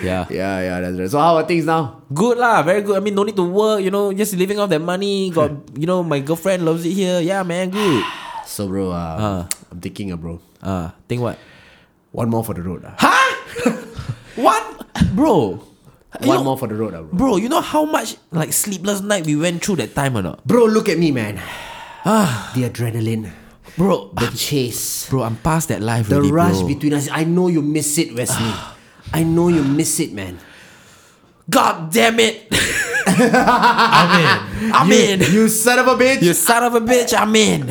yeah.
Yeah, yeah, that's right. So how are things now?
Good lah, very good. I mean, no need to work. You know, just living off that money. Got you know, my girlfriend loves it here. Yeah, man, good.
So, bro, uh,
Ah.
I'm thinking, ah, bro.
Uh, think what?
One more for the road, ah.
What, bro?
One
You
more
know-
for the road, ah, bro.
Bro, you know how much like sleepless night we went through that time or not?
Bro, look at me, man. Ah, the adrenaline,
Bro,
the chase,
bro, I'm past that life
the
already,
rush
Ah, bro. Ah.
between us. I know you miss it, Wesley. I know you miss it, man.
God damn it!
I mean,
I'm in. You,
You son of a bitch.
son of a bitch, I'm in.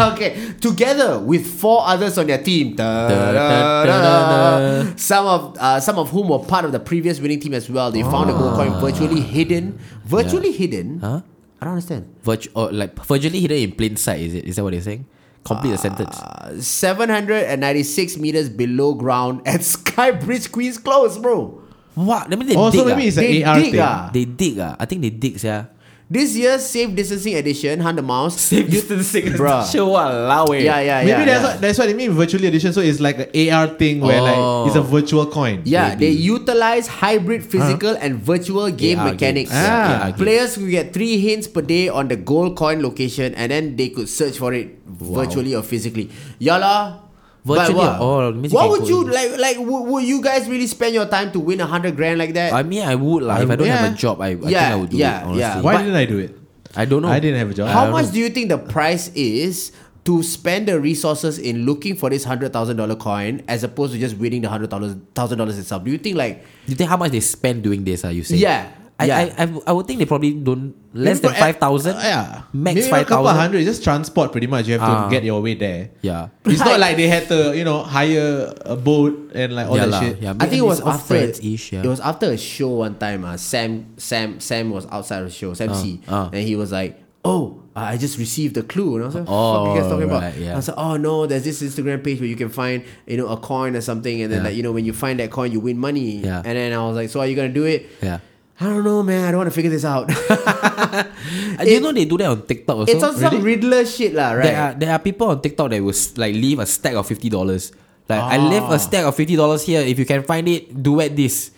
okay, together with four others on their team, Da,
Da,
da,
da,
da,
da,
da. some of uh, some of whom were part of the previous winning team as well. They found the gold coin virtually hidden, virtually hidden.
Ah. Huh?
I don't understand.
Virtu- or like virtually hidden in plain sight. Is it? Is that what you're saying? Complete the sentence.
Uh, 796 meters below ground at Sky Bridge, Queens Close, bro.
What? That means they
Oh,
dig.
so maybe
ah.
it's an
They
AR
dig,
thing.
ah.
they dig. Ah, I think they dig. Yeah.
This year's safe distancing edition, Hunt the Mouse.
Safe distancing.
Bruh.
Show what allow it.
Yeah, yeah,
Maybe
yeah.
that's,
yeah.
What, that's what they mean virtually edition. So it's like an AR thing where
Oh.
like it's a virtual coin.
Yeah, they utilize hybrid physical and virtual game
AR
mechanics.
games. Ah. AR games.
Players could get three hints per day on the gold coin location and then they could search for it virtually or physically. Yala.
Virtually
what,
or- or means you
what
can
would
go
you
in.
like? Like, would, would you guys really spend your time to win a hundred grand like that?
I mean, I would lah. If I don't have a
yeah.
job, I, I think I
Yeah,
would do
yeah,
it. Honestly.
yeah.
Why
But-
didn't I do it?
I don't know.
I didn't have a job.
How much do you think the price is to spend the resources in looking for this hundred thousand dollar coin as opposed to just winning the hundred thousand dollars itself? Do you think like
You think how much they spend doing this? Are you saying?
Yeah,
I,
yeah.
I, I, I would think they probably don't less
Maybe
than
for-
five thousand.
uh, yeah,
max
Maybe
five
A couple
thousand.
hundred. It's just transport, pretty much. You have to
Ah.
get your way there.
Yeah.
It's not like they had to, you know, hire a boat and like all
yeah,
that
lah.
shit.
yeah.
I think it was after
ish. Yeah.
It was after a show one time. Uh, Sam Sam Sam was outside of the show. Sam C,
uh.
and he was like, "Oh, I just received the clue." And I was like,
Oh,
"What are you guys talking
right,
about?"
yeah.
I was like, "Oh no, there's this Instagram page where you can find you know a coin or something, and then like
Yeah.
you know when you find that coin, you win money."
Yeah.
And then I was like, "So are you gonna do it?"
Yeah.
I don't know, man. I don't want to figure this out.
Uh, do you know they do that on TikTok also?
it's on some Riddler shit, lah, right?
There are there are people on TikTok that will s- like leave a stack of fifty dollars. Like I left a stack of fifty dollars here. If you can find it, duet this.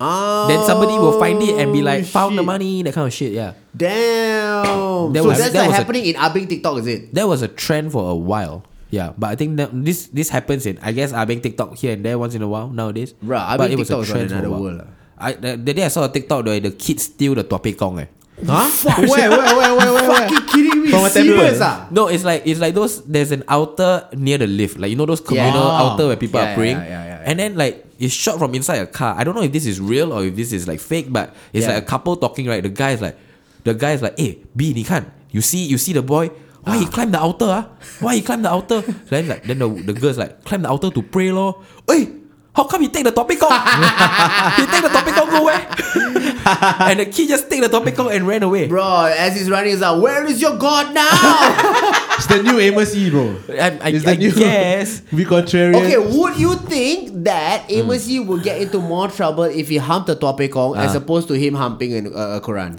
oh,
Then somebody will find it and be like, found the
shit.
money, that kind of shit. Yeah.
Damn.
That
so
was-
that's
that
like
was a-
happening in Abing TikTok, is it?
That was a trend for a while. Yeah, but I think that this this happens in I guess I've been TikTok here and there once in a while nowadays.
Bruh, I
but
think
it was
TikTok
a
is on
trend for a
another
while.
world ah. lah.
I the, the day I saw a TikTok where the kids steal the tuape kong eh.
Huh? where, where, where, where, where, where?
Fucking kidding me?
From a temple.
Serious ah?
No, it's like it's like those. There's an altar near the lift, like you know those communal
Yeah.
altar where people
Yeah,
are praying,
yeah, yeah, yeah, yeah.
and then like it's shot from inside a car. I don't know if this is real or if this is like fake, but it's
Yeah.
like a couple talking. Right, the guy is like, the guy is like, hey, B, 你看, you see, you see the boy. Why he climb the altar? Ah? Why he climb the altar? then like then the, the girl's like climb the altar to pray lor. Hey, how come he take the topic off? he take the topic off go where? and the kid just take the topic off and ran away.
Bro, as he's running, he's like, Where is your God now?
It's the new Amos E, bro.
I, I,
It's
I
the new.
guess
Be contrarian.
okay, would you think that
Mm.
Amos Yee would get into more trouble if he humped a Topikong
Ah.
as opposed to him humping an, uh, a Quran?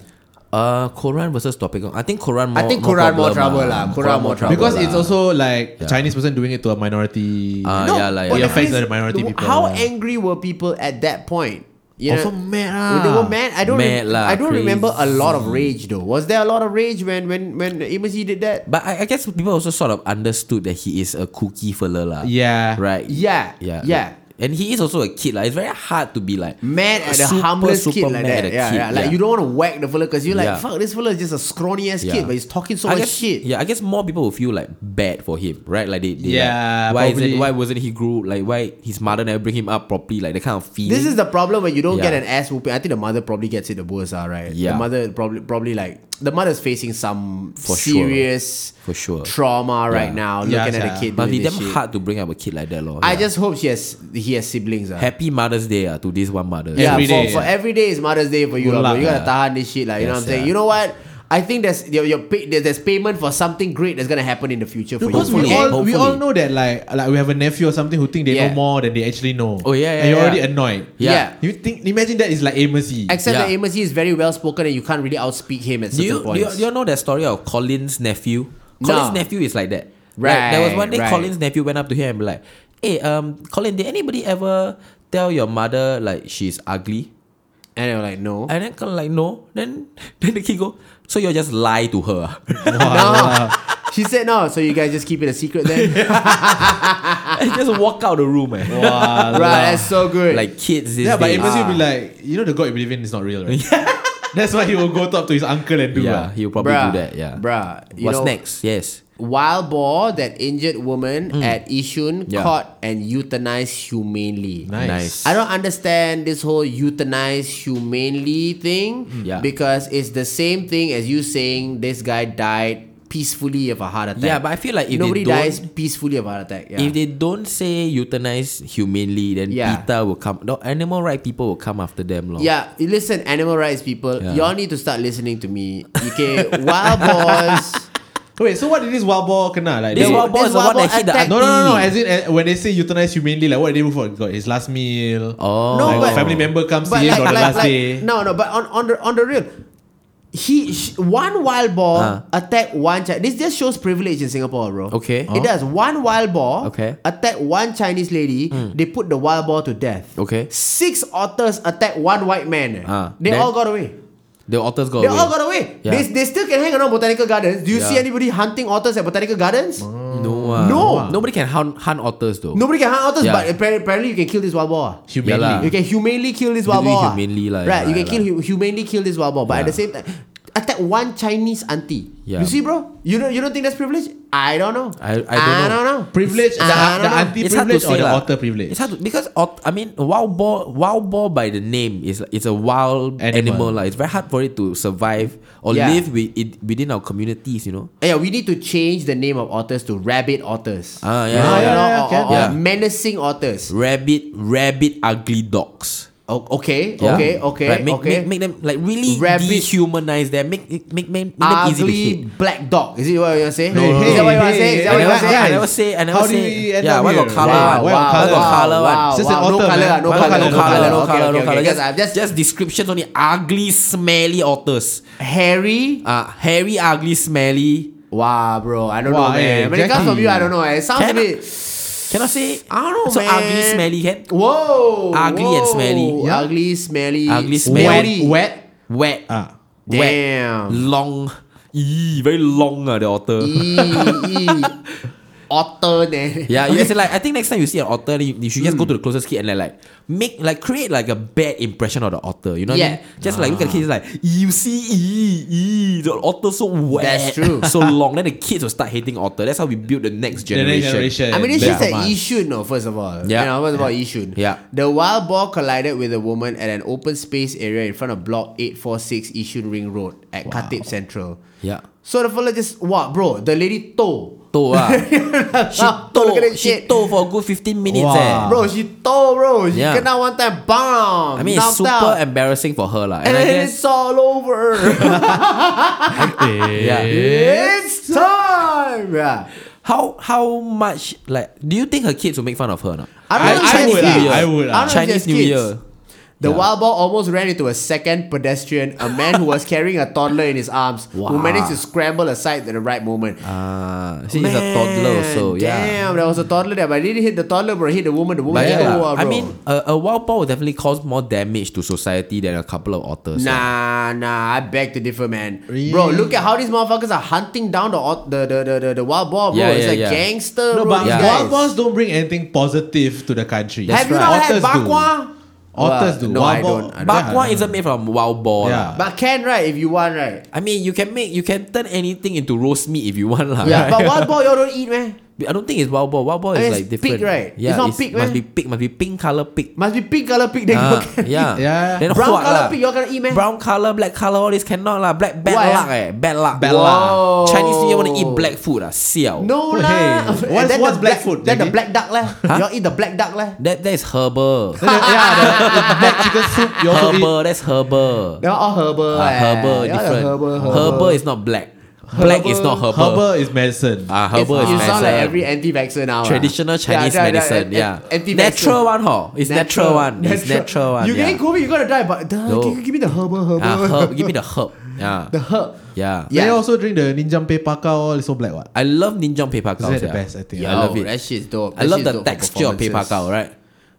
Uh, Quran versus Topic. I think Quran more.
I think Quran more
problem
trouble lah. Quran more trouble.
Because
lah.
it's also like Chinese person doing it to a minority.
Ah, yeah lah,
but
yeah
It
lah.
the thing
affects
is,
the minority
the-
people.
How
yeah.
angry were people at that point? You
Also
know,
mad
when they
ah.
were mad. I don't.
Mad
rem-
lah,
I don't remember a lot of
crazy.
rage though. Was there a lot of rage when when when Imaji did that?
But I, I guess people also sort of understood that he is a cookie fella lah.
Yeah.
Right.
Yeah,
Yeah.
yeah.
And he is also a kid lah. It's very hard to be like
Mad at a
super,
harmless kid
super
like
mad
that.
at a
yeah,
kid,
yeah. Like you don't want to whack the fella because you're like,
Yeah.
fuck, this fella is just a scrawny ass
Yeah.
kid, but he's talking so
I
much
guess,
shit.
Yeah, I guess more people will feel like bad for him, right? Like they, they
Yeah,
like, why is
probably.
it, why wasn't he grew like why his mother never bring him up properly? Like the kind of feeling.
This is the problem when you don't get an
Yeah.
ass whooping. I think the mother probably gets it the worst, ah, right?
Yeah.
The mother probably probably like the mother's facing some
For sure.
serious
For sure.
trauma right
Yeah.
now.
Yeah,
looking at
sia.
a kid
must be
doing
damn
this shit.
hard to bring up a kid like that, lor.
I
Yeah.
just hope she has he has siblings. ah.
happy Mother's Day ah to this one mother.
yeah,
Every
for,
day,
for
yeah.
every day is Mother's Day for you,
Good
lah, bro.
luck, ah.
You gotta
yeah.
tahan this shit, like you know what
Yes,
I'm saying.
yeah.
You know what? I think there's your, your pay, there- there's payment for something great that's gonna happen in the future for
Because
you.
we
Hopefully,
all we all
hopefully.
know that like like we have a nephew or something who think they
Yeah.
know more than they actually know.
Oh, yeah, yeah,
And you're
yeah.
already annoyed.
yeah.
Yeah.
You think imagine that is like E. Amosy.
Except
Yeah.
that Amos Yee is very well spoken and you can't really outspeak him at
Do
certain
you, do you
points.
do you know that story of Colin's nephew?
No.
Colin's nephew is like that. Like, there was
Right,
one day
right.
Colin's nephew went up to him and be like, "Hey, um, Colin, did anybody ever tell your mother like she's ugly?"
and they were like, no.
And then Colin like, "No." Then then the kid go, "So you just lie to her."
No. She said no, so you guys just keep it a secret then.
and just walk out the room, man.
Wow.
right, that's so good.
Like kids these
Yeah, but
days.
Amosy will be like, you know, the God you believe in is not real, right? That's why he will go talk to his uncle and do
yeah,
ah.
he'll probably
bruh,
do that. Yeah.
Bruh. you
What's
know,
next? Yes.
Wild boar that injured woman at Ishun
Yeah.
caught and euthanized humanely.
Nice.
Nice.
I don't understand this whole euthanize humanely thing
Hmm. Yeah.
because it's the same thing as you saying this guy died peacefully of a heart attack.
Yeah, but I feel like if they
nobody
don't-
dies peacefully of a heart attack. Yeah.
If they don't say euthanize humanely, then
Yeah.
PETA will come. No, animal right people will come after them, lor.
yeah, you listen, animal rights people,
Yeah.
y'all need to start listening to me. Okay, wild boars.
Wait, so what did this wild boar kena? Like
This
they-
wild boar
this
is the
wild
one that
boar
hit the
attack-
auntie.
No, no, no, no. As in, eh, when they say euthanize humanely, like what did they do for? Got his last meal.
Oh.
No,
like,
but-
family member comes to
But
him
like,
on the
like,
last
like,
day.
no, no. But on on the on the real, he sh- one wild boar
Ah.
attacked one. Chi- this just shows privilege in Singapore, bro.
Okay. Oh.
it does. One wild boar
Okay. Hmm.
attacked one Chinese lady. They put the wild boar to death.
Okay.
six otters attacked one white man. eh.
Ah,
they
then-
all got away.
The otters go
They
away.
all got away.
Yeah.
They, they still can hang around botanical gardens. Do you see
Yeah.
anybody hunting otters at botanical gardens?
No, ah.
No.
Nobody can hunt, hunt otters though.
Nobody can hunt otters,
Yeah.
but apparently, apparently you can kill this wild boar. ah.
Humanely.
Yeah lah.
You can humanely kill this
You
wild
do it
boar.
humanely lah,
Right,
yeah,
you can
yeah,
kill hu- humanely kill this wild boar, but at
Yeah.
the same time, attack one Chinese auntie.
Yeah.
You see, bro? You don't you don't think that's privilege? I don't know.
I- I don't know.
don't know.
Privilege, the,
I don't
the
know.
auntie privilege or the
lah.
otter privilege?
It's hard to because ot- I mean wild boar wild boar by the name is it's a wild
Animal.
animal, lah. It's very hard for it to survive or
Yeah.
live with it within our communities. You know.
Eh, Yeah, we need to change the name of otters to rabbit otters.
Ah
You know,
yeah.
yeah,
you know,
yeah,
or-
okay.
or- or
Yeah.
menacing otters.
Rabbit rabbit ugly dogs.
O- okay,
Yeah.
okay, okay,
Right, make,
okay.
Make, make them like really
Rabbit-
dehumanize them. Make make make, make, make them easy to
Ugly
hit.
black dog. Is it what you're saying?
No, no,
Is
no.
that what you want to
Hey,
say? Is that
hey,
what you
hey,
want to
hey,
say?
I
guys.
never say. I never
How do we
say.
end
Yeah,
up
one got
here?
color.
Wow,
one.
wow,
one got
wow,
color. One.
It's just an
No
otter.
color, no
One
One
color, no
got
colour,
color, no color, no
no
color.
color.
Just, I'm
Just,
just
just descriptions only. Ugly, smelly otters.
hairy.
Uh, hairy, ugly, smelly.
Wow, bro, I don't
Wow,
know, man.
eh,
when it comes from
Jackie.
you, I don't know. eh. It sounds a
Can
bit.
Cannot say.
I don't know,
so
man.
ugly, smelly, can
Whoa,
Ugly
whoa.
and smelly.
Yeah.
Ugly, smelly,
Ugly,
smelly.
smelly.
Wet,
wet,
Ah.
wet,
Damn.
long. Ee, very long. Uh, the otter.
E, e. Otter, man.
Yeah, you say like I think next time you see an otter, you, you should just
Hmm.
go to the closest kid and like, like make like create like a bad impression of the otter. You know what
Yeah.
I mean? Just like look at the kids like you see ee, ee, the otter so wet,
That's true.
so long. Then the kids will start hating otter. That's how we build the next
the
generation.
next generation.
I mean, it's
Yeah.
just
Come
an
on.
issue, no, first of all.
Yeah.
You know, first of all, issue.
Yeah.
The wild boar collided with a woman at an open space area in front of block 846 Yishun Ring Road at Khatib Central.
Yeah.
So the fella just, wow, bro, the lady tow.
Toh, ah. she
Look at
tow,
that
she
shit.
tow for a good fifteen minutes.
Wow.
Eh.
Bro, she tow, bro. She
Yeah.
came out one time, bam.
I mean, it's
knocked
super
out.
embarrassing for her, lah.
and
And I guess,
it's all over.
Eh.
yeah.
Eh? it's time. Yeah.
How how much like do you think her kids will make fun of her? Or not?
I
I,
don't know if
I
she has
would,
kids.
ah, I would.
I
ah.
don't know if she
Chinese
has
New
kids.
Year.
The
Yeah.
wild boar almost ran into a second pedestrian, a man who was carrying a toddler in his arms, who
Wow.
managed to scramble aside at the right moment.
Ah, see, he's a toddler, so
Man,
yeah.
Damn, there was a toddler there, but I didn't hit the toddler, bro. I hit the woman. The woman
But
hit the
yeah,
woman,
I
bro.
mean, a, a wild boar will definitely cause more damage to society than a couple of otters. eh.
Nah,
lah.
nah, I beg to differ, man. Bro, look at how these motherfuckers are hunting down the ot- the the, the, the, the wild boar, bro.
Yeah,
it's
yeah,
like
yeah.
gangster,
No,
bro.
but
these
Yeah.
wild
guys.
boars don't bring anything positive to the country.
Have you not had bakwa?
Uh,
Otters do.
No,
Wild
I
boar-
don't. I don't.
Bakwa isn't made from wild boar.
Yeah.
lah.
But can right if you want right.
I mean, you can make, you can turn anything into roast meat if you want, lah.
Yeah,
right?
but wild boar you don't eat, man.
I don't think it's wild boar. Wild boar
I
is
mean,
like
it's pig,
different.
right?
Yeah,
It's not pig,
must
meh?
be pig. Must be pink color pig.
Must be pink color pig then
Ah,
you can eat.
yeah.
Yeah.
Then
Brown
huat
colour
lah.
pig, you all cannot eat, meh?
Brown color, black color, all this cannot lah. Black bad
Why, ah?
luck, eh? Bad luck.
Bad luck.
Whoa. Chinese New Year want to eat
Whoa.
black food, ah? Siao.
No
Hey,
lah.
what's-
And then
what's
the
black food,
Then the
lady?
black duck lah. You all eat the black duck lah.
That that is herbal.
Then the- yeah, the, the black chicken soup. You also eat.
herbal. That's herbal.
They are all herbal.
Ah,
eh.
herbal
They all the
different.
Herbal,
Herbal,
herbal.
is not black. Black is not herbal.
Herbal is medicine.
Ah, herbal
It's-
is
you sound like
medicine.
every anti-vaxxer now. ah.
traditional
Yeah,
Chinese
yeah, yeah,
medicine.
an-
Yeah,
an- anti-vaxxer.
natural one, ho. It's natural, one. It's natural one.
You
yeah.
getting COVID, you gonna die. But duh,
No.
give, give me the herbal, herbal,
Ah, herb. Give me the herb. Yeah,
the herb.
yeah.
They
Yeah.
also drink the Ninjam Pei Pakao, all is so black what?
I love Ninjong Paper Cow.
Isn't that the
yeah.
best, I think?
Yeah,
Yo,
I love it.
That shit's dope.
I
That
love
shit's
the
dope for
texture of Paper
performances.
Cow, right?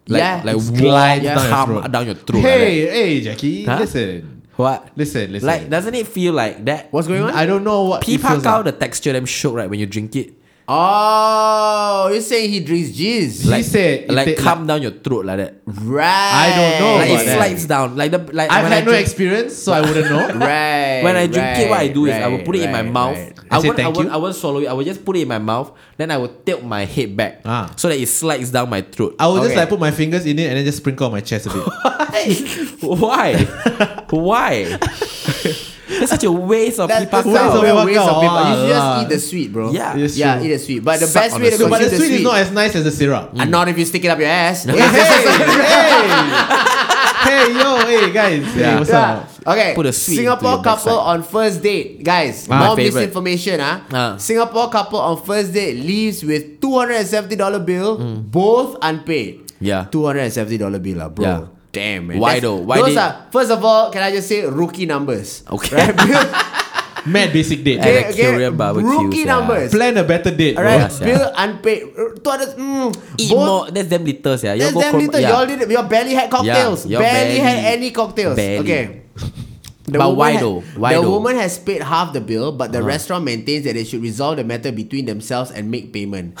Like,
Yeah,
like
it's
warm,
down your
come
throat.
down your throat. like
hey,
that.
hey, Jackie,
Huh?
listen.
what?
Listen, listen.
Like, doesn't it feel like that?
What's going on?
I don't know what. it
Paper
feels
Cow,
like.
the texture them shook right when you drink it.
Oh, you saying he drinks jizz?
He said it
like
ta-
come down your throat like that.
Right.
don't know
like
about
it
that.
slides down. Like the like
I've
when I
had no
drink-
experience, so I wouldn't know.
Right.
when I drink it, what I do is I will
right,
put it in my
right,
mouth.
right.
I,
I say
won't, I,
thank
won't,
you.
I won't swallow it. I will just put it in my mouth. Then I will tilt my head back
Ah.
so that it slides down my throat.
I would
Okay.
just like put my fingers in it and then just sprinkle on my chest a bit.
Why? Why? That's such a waste of
That's
people.
the
Waste
sound
of
of
paper
waste of
cow.
paper. You should
Ah,
just eat the sweet, bro.
Yeah.
It's
Yeah,
true.
eat the sweet. But the
Suck
best
on
way to
the
no,
sweet.
but the
consume
sweet is not as nice as the syrup.
and not if you stick it up your ass.
hey, yo, hey, guys. Hey,
Yeah.
what's
Yeah.
up?
Okay.
Put a sweet
Singapore
into your backside.
couple on first date, guys.
Ah,
more
my favorite.
misinformation, ah.
Ah.
Singapore couple on first date leaves with two hundred and seventy dollar bill, both unpaid.
Yeah.
two hundred and seventy dollar bill, lah, bro.
Yeah.
Damn, man.
Why
That's-
though? Why
those
did-
are first of all, can I just say rookie numbers?
Okay.
Bill-
Mad basic date.
Hey. the Korean barbecues,
Rookie
yeah.
numbers.
Plan a better date.
All
Oh, bro.
right,
Yes, yeah.
bill unpaid. Two hundred. Mm,
Eat
both-
more. That's them liters, yeah.
That's
go
damn
cor-
little.
yeah.
Y'all did. Y'all barely had cocktails.
y'all
barely, had
barely-
any cocktails.
barely.
Okay. The
But
woman
why
ha-
though? Why
the
though? Uh-huh.
woman has paid half the bill, but the restaurant maintains that they should resolve the matter between themselves and make payment.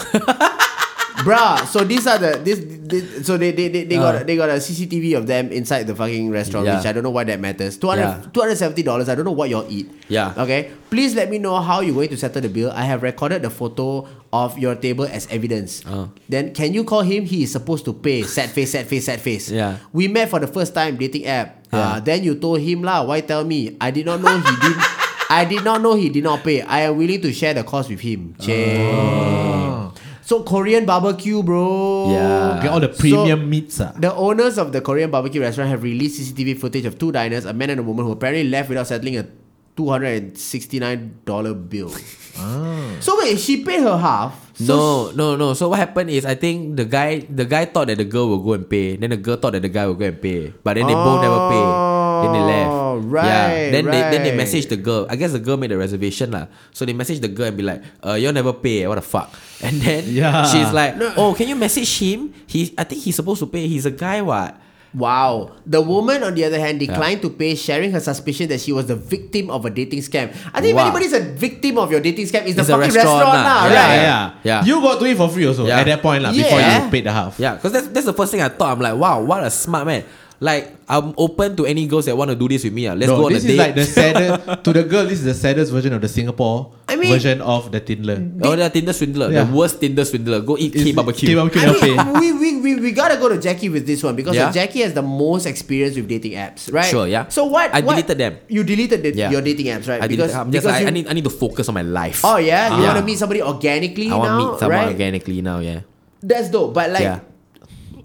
Bruh, so these are the this, this so they they, they, they got a, they got a CCTV of them inside the fucking restaurant,
Uh. Yeah.
which I don't know why that matters. 200,
Yeah.
$270, I don't know what y'all eat.
Yeah.
Okay. Please let me know how you're going to settle the bill. I have recorded the photo of your table as evidence.
Uh.
Then can you call him? He is supposed to pay. Sad face, sad face, sad face.
Yeah.
We met for the first time dating app. Uh,
Yeah.
then you told him lah. Why tell me? I did not know he did. I did not know he did not pay. I am willing to share the cost with him. Jam. So Korean barbecue, bro.
Oh. Yeah.
Get all the
Uh, So-
premium meats. ah.
The owners of the Korean barbecue restaurant have released CCTV footage of two diners, a man and a woman, who apparently left without settling a two hundred and sixty-nine dollar bill. So wait, she paid her half. So
Ah. No, no, no. So what happened is I think the guy the guy thought that the girl will go and pay. Then the girl thought that the guy will go and pay. But then they both never pay. Then they left.
Oh, right,
Yeah. Then they then they
right.
messaged the girl. I guess the girl made a reservation lah. So they messaged the girl and be like, uh, you'll never pay. What the fuck? And then
Yeah.
she's like, Oh, can you message him? He I think he's supposed to pay. He's a guy what?
Wow. The woman, on the other hand, declined to pay, sharing her suspicion that she was the victim of a dating scam. I think if
Wow.
anybody's a victim of your dating scam, it's,
It's
the
a
fucking
restaurant
restaurant,
lah.
lah,
yeah,
right?
yeah,
Yeah.
You got to it for free also
Yeah.
at that point lah, before
Yeah.
you paid the half.
Yeah, because that's, that's the first thing I thought. I'm like, wow, what a smart man. Like, I'm open to any girls that want to do this with me. ah. Let's
Bro,
go on a
this is
date.
like the saddest to the girl. This is the saddest version of the Singapore
I mean-
version of the Tindler.
oh, the Tinder swindler.
Yeah.
The worst Tinder swindler. Go eat K barbecue.
I
barbecue never pay.
mean, we, we, we, we gotta go to Jackie with this one because
Yeah.
like, Jackie has the most experience with dating apps, right?
Sure, yeah.
So what?
I
what-
deleted them.
You deleted the,
Yeah.
your dating apps, right?
I because, I'm just like,
you,
I need I need to focus on my life.
Oh yeah, you
Yeah.
want to meet somebody organically
I
now,
want to meet someone
right?
organically now. Yeah.
That's dope. But like,
Yeah.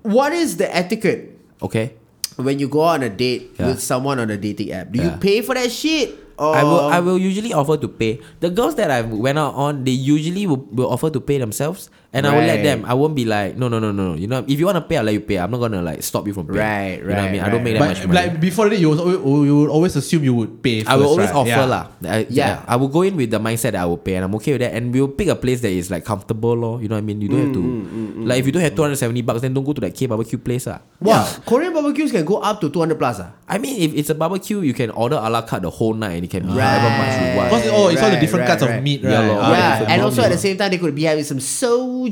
what is the etiquette
Okay.
when you go on a date
Yeah.
with someone on a dating app? Do you
Yeah.
pay for that shit? Or
I will I will usually offer to pay. The girls that I went out on, they usually will, will offer to pay themselves And I will let
Right.
them. I won't be like, no, no, no, no. no. You know, if you want to pay, I'll let you pay. I'm not gonna like stop you from paying.
Right,
You know what I
right,
mean? I
right,
don't make that
but
much money.
like before that, you was always, you would always assume you would pay. First,
I will always
right?
offer
yeah.
lah. I, yeah.
Yeah.
I will go in with the mindset that I will pay and I'm okay with that. And we'll pick a place that is like comfortable, lor. You know what I mean? You
Mm,
don't have to like if you don't have 270 bucks, then don't go to that K barbecue place, ah.
Wow, Korean barbecues can go up to 200 plus. Ah.
I mean, if it's a barbecue, you can order a la carte the whole night and it can be however much you want.
Because oh, it's all
Right,
the different
right,
cuts
right.
of meat, right?
Yeah, lor.
Ah,
yeah,
yeah,
it's
and
a
also at
barbecue.
the same time, they could be having some soju.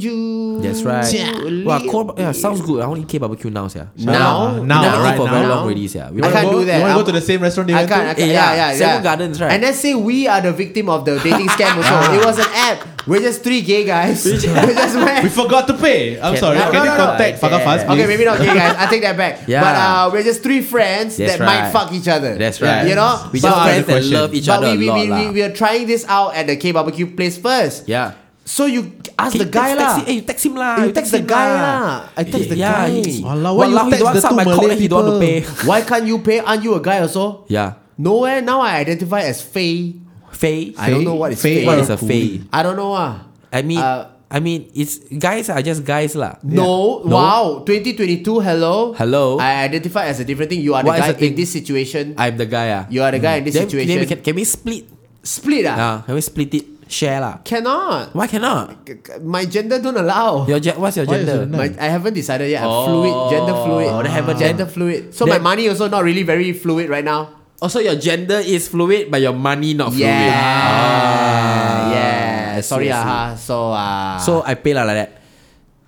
That's right.
Yeah.
Wow, core, yeah, sounds good. I want to eat K barbecue now, yeah.
Now,
Now,
now,
now,
now,
right
for very
now.
long already, yeah. We
I
wanna
can't
go-
do that.
You want to
I'm-
go to the same restaurant? They
I
went
can't,
to?
I can't.
Eh,
Yeah,
yeah.
yeah, yeah.
Serangoon Gardens, right? Ah.
And let's say we are the victim of the dating scam also. it was an app. We're just three gay guys. we just went.
We forgot to pay. I'm sorry.
no,
Can
no,
you
no.
contact
Yeah.
Faga Fast, please?
Okay, maybe not gay guys. I take that back.
Yeah.
But uh, we're just three friends
That's
that might
right.
fuck each other.
That's right.
You know?
we
But-
just
But-
friends that
Question.
love each
but
other
we,
a lot,
we, we,
lah.
we, we are trying this out at the K barbecue place first.
Yeah.
So you ask the
Eh,
guy
text-
lah.
text- Eh, you text him lah.
Eh, you text the guy lah. I text the guy.
Walao, why you
Walao, he
text
don't want
the two
my call
Malay
and he don't want to pay.
people?
Why can't you pay? Aren't you a guy also?
Yeah.
Nowhere now I identify as Faye.
Faye.
I don't know what is Faye.
What is a fae?
I don't know ah.
I mean,
Uh,
I mean, it's guys are just guys lah.
No,
No?
wow, 2022, hello.
Hello.
I identify as a different thing. You are the
What is
guy
the thing?
in this situation.
I'm the guy ah.
you are the guy in this
Then-
situation.
Then we can, can we split?
Split ah?
Ah, can we split it? Share lah.
Cannot.
Why cannot?
C- c- My gender don't allow.
Your ge- what's your
Why is
gender?
it not?
My, I haven't decided yet. I'm fluid, gender fluid.
Oh, they haven't
gender fluid. So
Then-
my money also not really very fluid right now.
also, your gender is fluid, but your money not Oh, fluid.
Yeah.
Ah.
yeah.
I see,
Sorry,
I
ah.
see.
ha. So ah.
So I pay lah like that.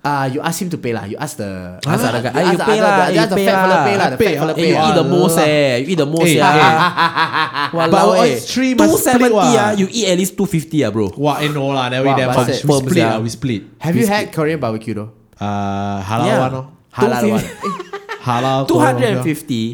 ah, you ask him to pay lah. You ask the
Ask the other guy. Eh,
ask
you
the
pay
other-
lah,
the-
you
ask the
pay
fat fella
lah.
pay lah. The
Pay,
fat fella
ah,
Eh,
pay Ah.
you
lah.
eat the most eh. You eat the most
Eh,
eh.
But
Walao, eh.
it's three must split
270 ah.
what?
You eat at least 250 ah, bro.
Wah, eh, no lah. Never
Wah,
that much.
bastard.
We split.
Sperms,
ah,
ah.
We split.
Have you had Korean barbecue though?
Uh, halal
Yeah.
one. oh.
Halal one.
250.
Halal. Korean one,
250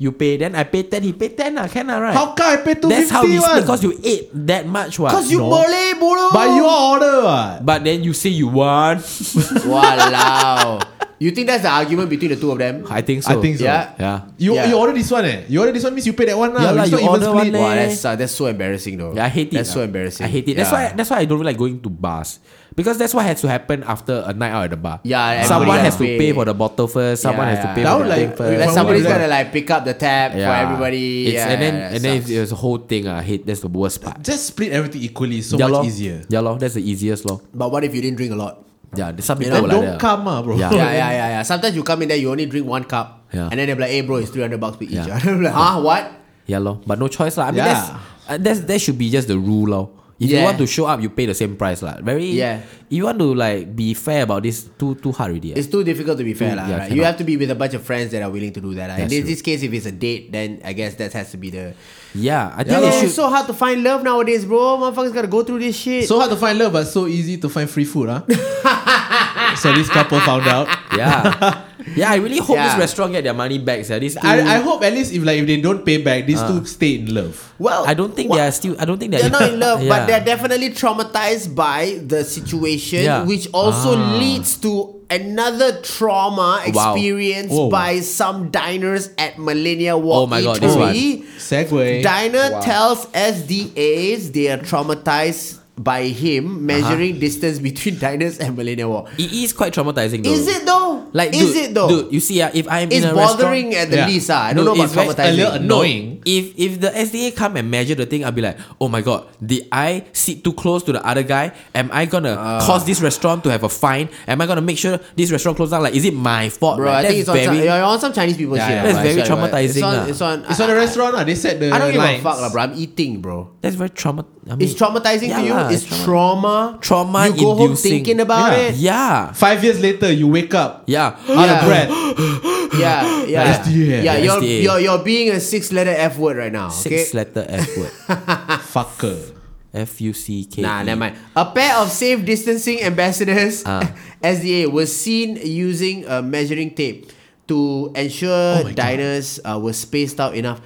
you pay then I pay 10 he pay 10 lah can lah right
yeah. How come I pay two
that's how we
fifty
split
one?
because you ate that much what
Cause you
No.
Malay, bro.
But you all order what?
but then you say you want
Wow. you think that's the argument between the two of them?
I think so
I think so.
Yeah.
yeah
You
Yeah.
you order this one eh? You order this one means you pay that one lah.
Yeah lah,
It's not
you
even
order
split.
one
Wow,
eh.
that's uh, that's so embarrassing though.
yeah, I hate it.
That's so
ah.
embarrassing.
I hate it. That's
Yeah.
why. That's why I don't really like going to bars because that's what has to happen after a night out at the bar.
Yeah, everybody
someone
gotta
has to
pay
pay for the bottle first. Someone
Yeah,
has to
yeah.
pay
Now,
for the
like,
thing first.
when
Like
we
somebody's
do that-
gonna like pick up the tab for
Yeah.
everybody.
It's,
yeah,
and then
yeah, that
and then it's,
sucks.
it's the whole thing. I hate. That's the worst part.
Just split everything equally. So
yeah,
much
lor.
easier.
Yeah, lor. That's the easiest law.
but what if you didn't drink a lot?
Yeah, there's some people
Then
like
don't
that.
come ah, bro.
Yeah.
Yeah, yeah, yeah, yeah. Sometimes you come in there, you only drink one cup,
Yeah.
and then they're like, "Hey, bro, it's three hundred bucks per each."
Yeah.
I'm like, "Huh? What?"
Yeah, lor. But no choice, lah. I mean,
Yeah.
that's, uh, that's that should be just the rule, lor. If you
Yeah.
want to show up, you pay the same price, lah. Very.
Yeah.
You want to like be fair about this? Too too hard already. eh.
It's too difficult to be fair, lah.
yeah,
right? You have
cannot.
to be with a bunch of friends that are willing to do that. lah. In
That's
this,
true.
this case, if it's a date, then I guess that has to be the.
Yeah,
Yeah,
I think they
it's
should.
so hard to find love nowadays, bro. Motherfuckers gotta go through this shit.
So hard to find love, but so easy to find free food, huh? so this couple found out.
yeah. Yeah, I really hope
Yeah.
this restaurant get their money back. Sia. These two, Ah.
I, I hope at least if like if they don't pay back, these two stay in love.
well,
I don't think
wha-
they are still. I don't think they are
They're not in love, but
Yeah.
they're definitely traumatized by the situation,
Yeah. Ah.
which also leads to another trauma
Wow.
experienced
Whoa.
by some diners at Millennia Walk
Oh my God, this
Eatery.
Segway.
Diner tells SDAs they are traumatized by
Uh-huh.
him measuring distance between diners and Millennia Walk.
It is quite traumatizing. Though.
Is it though?
Like,
is
dude,
it though?
Dude, you see, uh, if I'm
it's
in a
bothering
restaurant,
at the
Yeah.
least. ah. I don't
Dude,
know about
it's very-
a little
traumatizing.
anno- annoying.
No, if if the SDA come and measure the thing, I'll be like, oh my god, did I sit too close to the other guy? Am I gonna
Ah.
cause this restaurant to have a fine? Am I gonna make sure this restaurant closes down? Like, is it my fault?
Bro, I
right?
think it's on, some, you're on some Chinese people
Yeah,
shit.
yeah,
ah,
that's
bro. I
very
swear to God.
traumatizing,
It's on,
ah.
it's on,
It's on the restaurant. ah. They set the
I don't give a
lines.
fuck, lah, bro. I'm eating, bro.
that's very trauma. I mean,
It's traumatizing
yeah
to you.
lah,
It's
trauma-
trauma.
Trauma
You go home
inducing.
thinking about
Yeah.
it.
Yeah,
Five years later, you wake up
yeah.
out
Yeah.
of breath.
Yeah, yeah,
SDA.
yeah. You're,
SDA.
you're you're being a six letter f word right now. Okay.
Six letter F word.
Fucker.
F U C K. E.
Nah, never mind. A pair of safe distancing ambassadors, SDA, was seen using a measuring tape to ensure diners uh, were spaced out enough.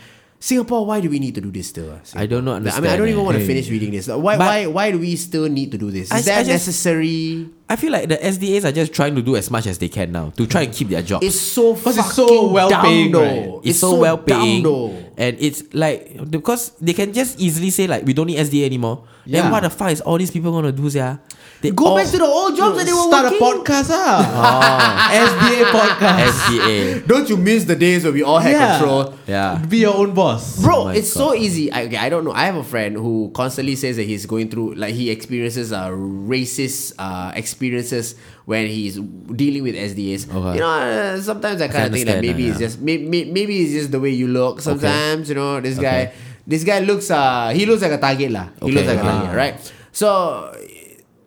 Singapore, why do we need to do this still? ah?
I don't know.
I mean, I don't even want to
eh.
finish reading this. Like, Why,
But-
why, why do we still need to do this?
I
Is
s- I
that
just-
necessary?
I feel like the SDAs are just trying to do as much as they can now to try and keep their job.
It's so fucking
'Cause it's so
so well
well-paying,
down, though.
right?
it's, so, well
down,
paying,
though.
and it's like because they can just easily say like we don't need SDA anymore. Then
Yeah.
what the fuck is all these people gonna do, yeah? They
Go
all
back to the old jobs that they were
Start
working.
a podcast ah.
Oh.
SBA podcast.
SBA.
Don't you miss the days where we all had
Yeah.
control?
Yeah.
Be your own boss.
Bro,
Oh my
it's so easy. I, okay, I don't know. I have a friend who constantly says that he's going through, like, he experiences uh, racist uh, experiences when he's dealing with SDAs. You
Okay.
know, uh, sometimes I kind of think that
understand
maybe
that,
it's just may, may, maybe it's just the way you look. Sometimes you know this guy, this guy looks uh he looks like a target lah. He
Okay,
looks like a
okay.
target, right? So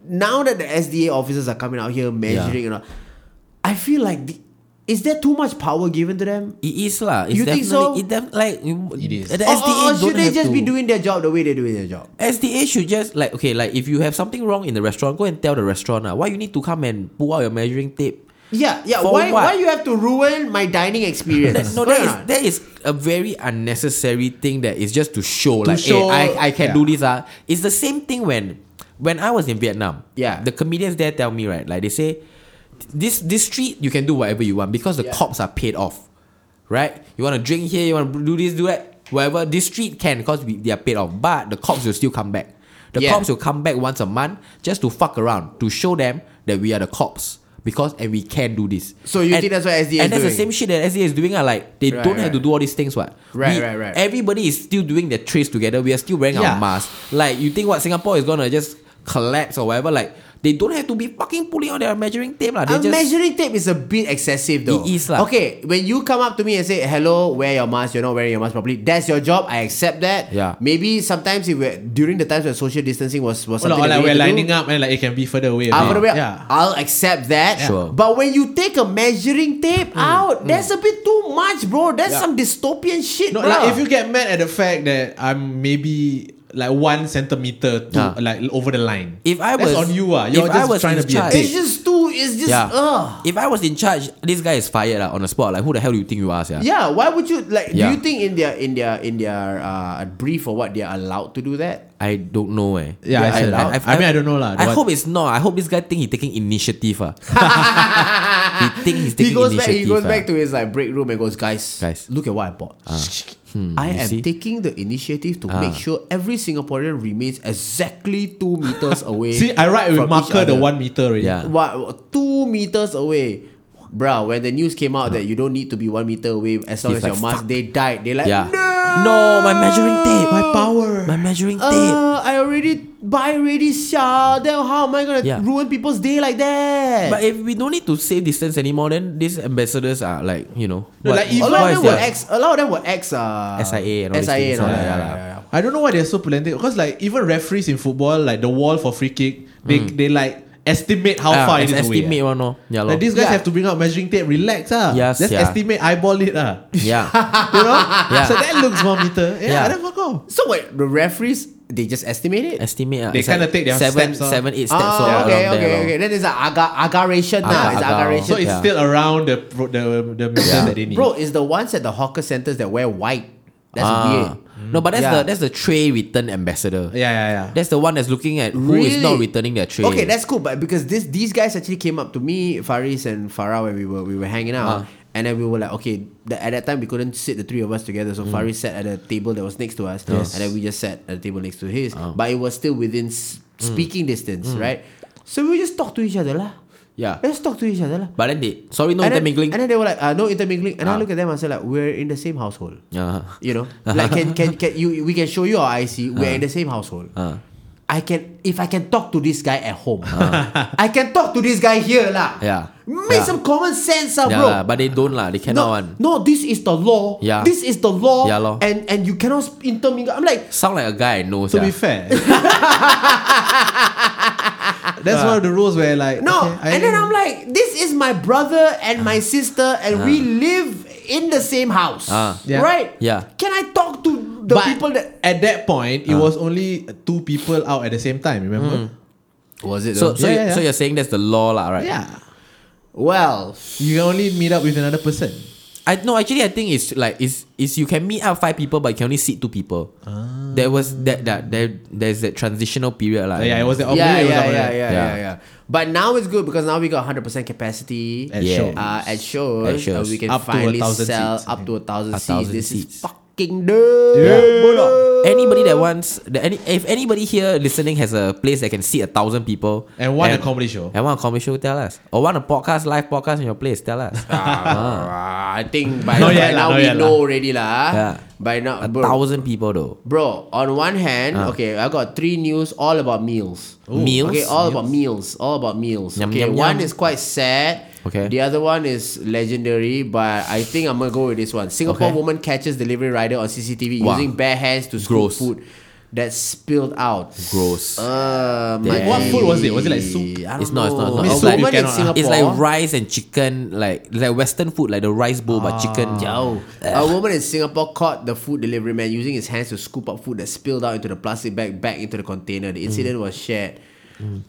now that the SDA officers are coming out here measuring, you know, I feel like the, is there too much power given to them?
It is lah. It's
You think so?
definitely- It def- like it
is.
The
Or- or,
SDA
or
don't
oh, should they
have
just
to.
be doing their job the way they're doing their job?
SDA should just like okay, like if you have something wrong in the restaurant, go and tell the restaurant. Ah, why you need to come and pull out your measuring tape?
Yeah, yeah.
For
why,
what?
why you have to ruin my dining experience?
No,
Correct
that is
or not?
that is a very unnecessary thing that is just to show like
show-
hey, I, I can
yeah.
do this. Ah. It's the same thing when when I was in Vietnam.
Yeah.
The comedians there tell me, right? Like they say this this street you can do whatever you want because the cops are paid off. Right? You wanna drink here, you wanna do this, do that, whatever. This street can because we, they are paid off. But the cops will still come back. The
Yeah.
cops will come back once a month just to fuck around, to show them that we are the cops. Because and we can do this.
So you
And-
think that's what SDA is
And that's the
doing?
same shit that SDA is doing. ah, Like they
Right,
don't have
right.
to do all these things. What?
Right,
We-
right, right.
Everybody is still doing their trace together. We are still wearing our
Yeah.
masks. Like you think what Singapore is gonna just collapse or whatever? Like they don't have to be fucking pulling out their measuring tape. lah. They
A
just
measuring tape is a bit excessive though.
It is lah.
Okay, when you come up to me and say, hello, wear your mask, you're not wearing your mask properly, that's your job, I accept that.
Yeah.
Maybe sometimes if we're, during the times when social distancing was, was
Or
something
like, or
that we
like we're
had to
lining
do,
up and like it can be further away. a
I'll,
bit.
put it away, Ah,
yeah.
I'll accept that.
Sure.
But when you take a measuring tape out, that's a bit too much, bro. That's
Mm. Yeah.
some dystopian shit,
No,
bro.
like if you get mad at the fact that I'm maybe like one centimeter to,
Yeah.
like over the line.
If I
That's
was
on you, ah,
if
you're
I
just
was
trying
in
to be a
charge-
dick.
it's just too, it's just,
yeah.
ugh.
If I was in charge, this guy is fired lah on the spot. Like who the hell do you think you are? Yeah.
Yeah, why would you like?
Yeah.
Do you think in their in their in their uh, brief or what they are allowed to do that?
I don't know eh.
Yeah, I said, I- I mean, I don't know lah.
I
What-
hope it's not. I hope this guy think he taking initiative. ah. he think he's taking
he goes back.
initiative.
He goes
ah.
back to his like break room and goes, guys,
Guys. Ah. Hmm,
look at what I bought. I
you
am
see? Ah.
taking the initiative to make sure every Singaporean remains exactly two meters away.
See, I write with
from each
marker the
other."
one meter already.
Yeah.
What two meters away. Bruh, when the news came out that you don't need to be one meter away as long
Ah.
as
He's like,
your mask,
"Fuck."
they died. They like,
Yeah.
no,
No, my measuring tape.
My power.
My measuring tape.
Uh, I already buy already Sia. Then how am I gonna
Yeah.
ruin people's day like that?
But if we don't need to save distance anymore, then these ambassadors are like, you know,
No, like if-
a
even
lot
what
of
is
them were
their-
ex. A lot of them were ex. Uh,
SIA and all these
SIA
things,
and all that.
yeah, yeah,
Yeah,
yeah.
yeah, yeah.
I don't know why they're so pedantic because like even referees in football, like the wall for free kick, they they like estimate how
Ah,
far it
es-
is
estimate
away.
one, no. Yeah, lor.
Like these guys
Yeah.
have to bring out measuring tape. Relax, ah.
Yes,
Just
yeah.
estimate, eyeball it, ah.
yeah.
You know.
Yeah.
So that looks one meter. Yeah.
Yeah.
Then fuck off.
So what? The referees they just estimate it.
estimate. ah,
They
it's like
kinda take their
seven,
steps, ah.
seven, eight steps.
Oh,
ah,
okay,
around
okay,
there, lor.
okay. Then it's an agar agaration
Agar-
now. It's
agar.
agaration.
So
Oh,
it's
Yeah.
still around the pro- the the meters that they need.
Bro, it's the ones at the hawker centers that wear white. That's
Ah.
weird.
No, but that's
Yeah.
the that's the tray return ambassador.
Yeah, yeah, yeah.
That's the one that's looking at who is not returning their tray.
Okay, that's cool. But because this these guys actually came up to me, Faris and Farah, when we were we were hanging out,
Uh-huh.
and then we were like, okay, the, at that time we couldn't sit the three of us together, so
Mm.
Faris sat at a table that was next to us, and then we just sat at the table next to his.
Uh-huh.
But it was still within s-
Mm.
speaking distance, right? So we just talk to each other lah.
Yeah.
Let's talk to each other lah.
But then they sorry no
and, then,
intermingling.
and then they were like, uh, no intermingling. And I
Ah.
look at them and say like, we're in the same household.
Ah.
You know, like can can can you? We can show you our IC. We're
Uh.
in the same household.
Ah.
I can if I can talk to this guy at home, I can talk to this guy here lah.
Uh. Yeah.
make
Yeah.
some common sense, ah,
yeah,
bro.
lah, but they don't lah. They cannot
no,
one.
no, this is the law.
Yeah.
this is the law.
Yeah, lor.
and and you cannot sp- intermingle. I'm like,
Sound like a guy I know.
To
sia.
be fair. That's one of the rules where like
no,
okay, I-
and then I'm like, this is my brother and
Uh.
my sister, and we live in the same house,
Ah.
Yeah.
right?
Uh. Yeah.
can I talk to the
But
people that
at that point
Uh.
it was only two people out at the same time.
Mm.
Remember?
was it?
So, so,
Yeah,
you,
yeah,
so
yeah.
you're saying that's the law, lah, right?
Yeah.
well,
You can only meet up with another person.
I no actually I think it's like it's is you can meet up five people but you can only seat two people.
Ah.
There was that that there there's that transitional period like
yeah, it was the
yeah, yeah,
it was the-
yeah, yeah,
Uh, Yeah.
yeah, yeah. But now it's good because now we got 100% capacity
At
Yeah.
shows.
uh, at shows.
At shows.
uh, we can
Up to a
finally
thousand
sell
seats, I
up to a thousand
A
seats.
thousand
this
seats.
is fuck. fucking dude.
Yeah.
Bodoh.
Anybody that wants, that any, if anybody here listening has a place that can seat a thousand people
And want a comedy show.
and want a comedy show, tell us. Or want a podcast, live podcast in your place, tell us.
Ah, I think by, by
Not yet lah,
now
not
we
yet
know
lah.
already lah.
Yeah.
By now,
a
bro,
thousand people though.
bro. On one hand, okay, I got three news all about meals.
Ah. Meals?
Okay, all
Meals?
about meals. All about meals.
Yum,
okay,
yum,
one
yum.
is quite sad.
Okay.
The other one is legendary, but I think I'm gonna go with this one. Singapore
Okay.
woman catches delivery rider on CCTV
Wow.
using bare hands to scoop
Gross.
food that spilled out.
Gross.
Uh,
Like,
my-
what food was it? Was it like soup?
I don't
It's not, it's not, it's
know.
not.
Miss
It's
Woman
like-
you
in
cannot, ah.
Singapore.
It's like rice and chicken, like like Western food, like the rice bowl but chicken.
Ah.
Yo, a woman in Singapore caught the food delivery man using his hands to scoop up food that spilled out into the plastic bag back into the container. The incident was shared